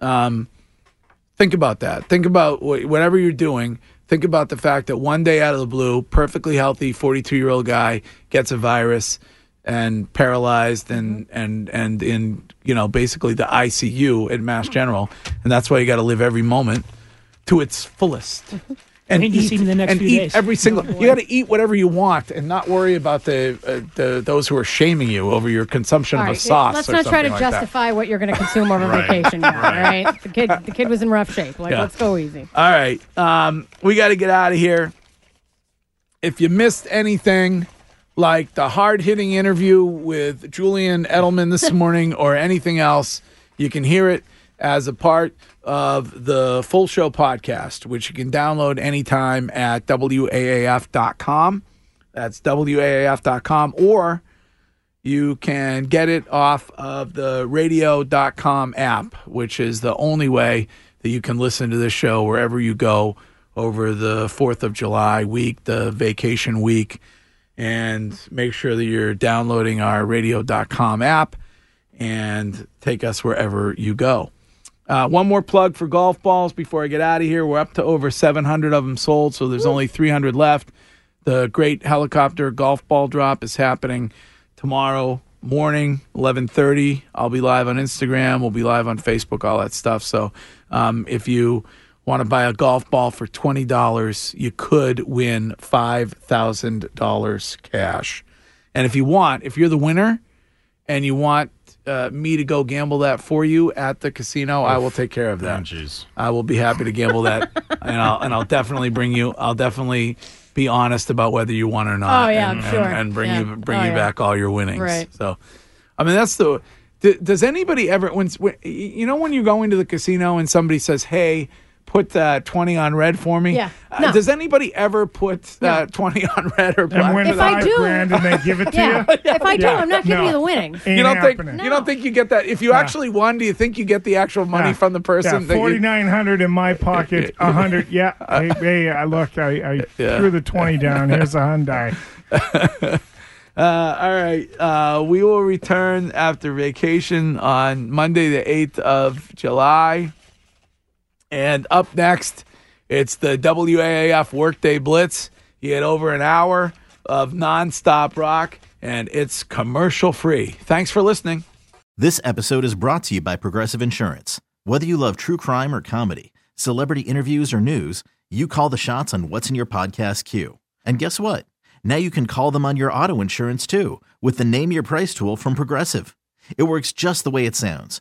Speaker 3: um, think about that. Think about wh- whatever you're doing. Think about the fact that one day out of the blue, perfectly healthy 42 year old guy gets a virus and paralyzed and
Speaker 14: Mm-hmm.
Speaker 3: and and in you know basically the ICU at Mass General, and that's why you got to live every moment to its
Speaker 5: (laughs)
Speaker 3: fullest. And
Speaker 14: need to see
Speaker 3: eat,
Speaker 14: me the next
Speaker 3: and
Speaker 14: few
Speaker 3: eat
Speaker 14: days.
Speaker 3: every single. You got to eat whatever you want, and not worry about the, uh, the those who are shaming you over your consumption
Speaker 5: All
Speaker 3: of
Speaker 5: right,
Speaker 3: a sauce.
Speaker 5: let's
Speaker 3: or
Speaker 5: not try to
Speaker 3: something like that.
Speaker 5: justify what you're going to consume over
Speaker 3: Right,
Speaker 5: vacation. Now,
Speaker 3: right.
Speaker 5: right. The kid, the kid was in rough shape. Like,
Speaker 3: Yeah.
Speaker 5: let's go
Speaker 3: (laughs)
Speaker 5: easy.
Speaker 3: All right. Um, we got to get out of here. If you missed anything, like the hard hitting interview with Julian Edelman this morning or anything else, you can hear it as a part of the full show podcast, which you can download anytime at waaf.com. That's waaf.com. Or you can get it off of the radio.com app, which is the only way that you can listen to this show wherever you go over the 4th of July week, the vacation week. And make sure that you're downloading our radio.com app and take us wherever you go. Uh, one more plug for golf balls before I get out of here. We're up to over 700 of them sold, so there's only 300 left. The great helicopter golf ball drop is happening tomorrow morning, 11:30. I'll be live on Instagram. We'll be live on Facebook, all that stuff. So um, if you want to buy a golf ball for twenty dollars, you could win five thousand dollars cash. And if you want, if you're the winner, and you want uh, me to go gamble that for you at the casino, I will take care of that. I will be happy to gamble that, and I'll and I'll definitely bring you. I'll definitely be honest about whether you won or not.
Speaker 5: Oh, yeah,
Speaker 3: and,
Speaker 5: I'm
Speaker 3: and-
Speaker 5: sure.
Speaker 3: And, bring
Speaker 5: Yeah.
Speaker 3: you bring
Speaker 5: Oh,
Speaker 3: you
Speaker 5: yeah.
Speaker 3: back all your winnings.
Speaker 5: Right.
Speaker 3: So, I mean, that's the. d- Does anybody ever when when- you know when you go into the casino and somebody says, "Hey." Put uh, twenty on red for me.
Speaker 5: Yeah.
Speaker 3: Uh,
Speaker 5: No.
Speaker 3: does anybody ever put uh, twenty on red or black?
Speaker 5: win If I five do- grand and they give it to (laughs) Yeah. you? If I do, I'm not giving you the winnings.
Speaker 3: You
Speaker 5: Ain't
Speaker 3: don't think
Speaker 5: happening.
Speaker 3: you don't think you get that? If you
Speaker 4: Yeah.
Speaker 3: actually won, do you think you get the actual money
Speaker 4: Yeah.
Speaker 3: from the person?
Speaker 4: Yeah,
Speaker 3: that you-
Speaker 4: forty nine hundred in my pocket, a
Speaker 3: (laughs)
Speaker 4: hundred. Yeah, hey, hey, I looked. I, I
Speaker 3: Yeah.
Speaker 4: threw the twenty down. Here's a Hyundai.
Speaker 3: Uh, all right. Uh, we will return after vacation on Monday, the 8th of July. And up next, it's the WAAF Workday Blitz. You get over an hour of nonstop rock, and it's commercial free. Thanks for listening.
Speaker 1: This episode is brought to you by Progressive Insurance. Whether you love true crime or comedy, celebrity interviews or news, you call the shots on what's in your podcast queue. And guess what? Now you can call them on your auto insurance too with the Name Your Price tool from Progressive. It works just the way it sounds.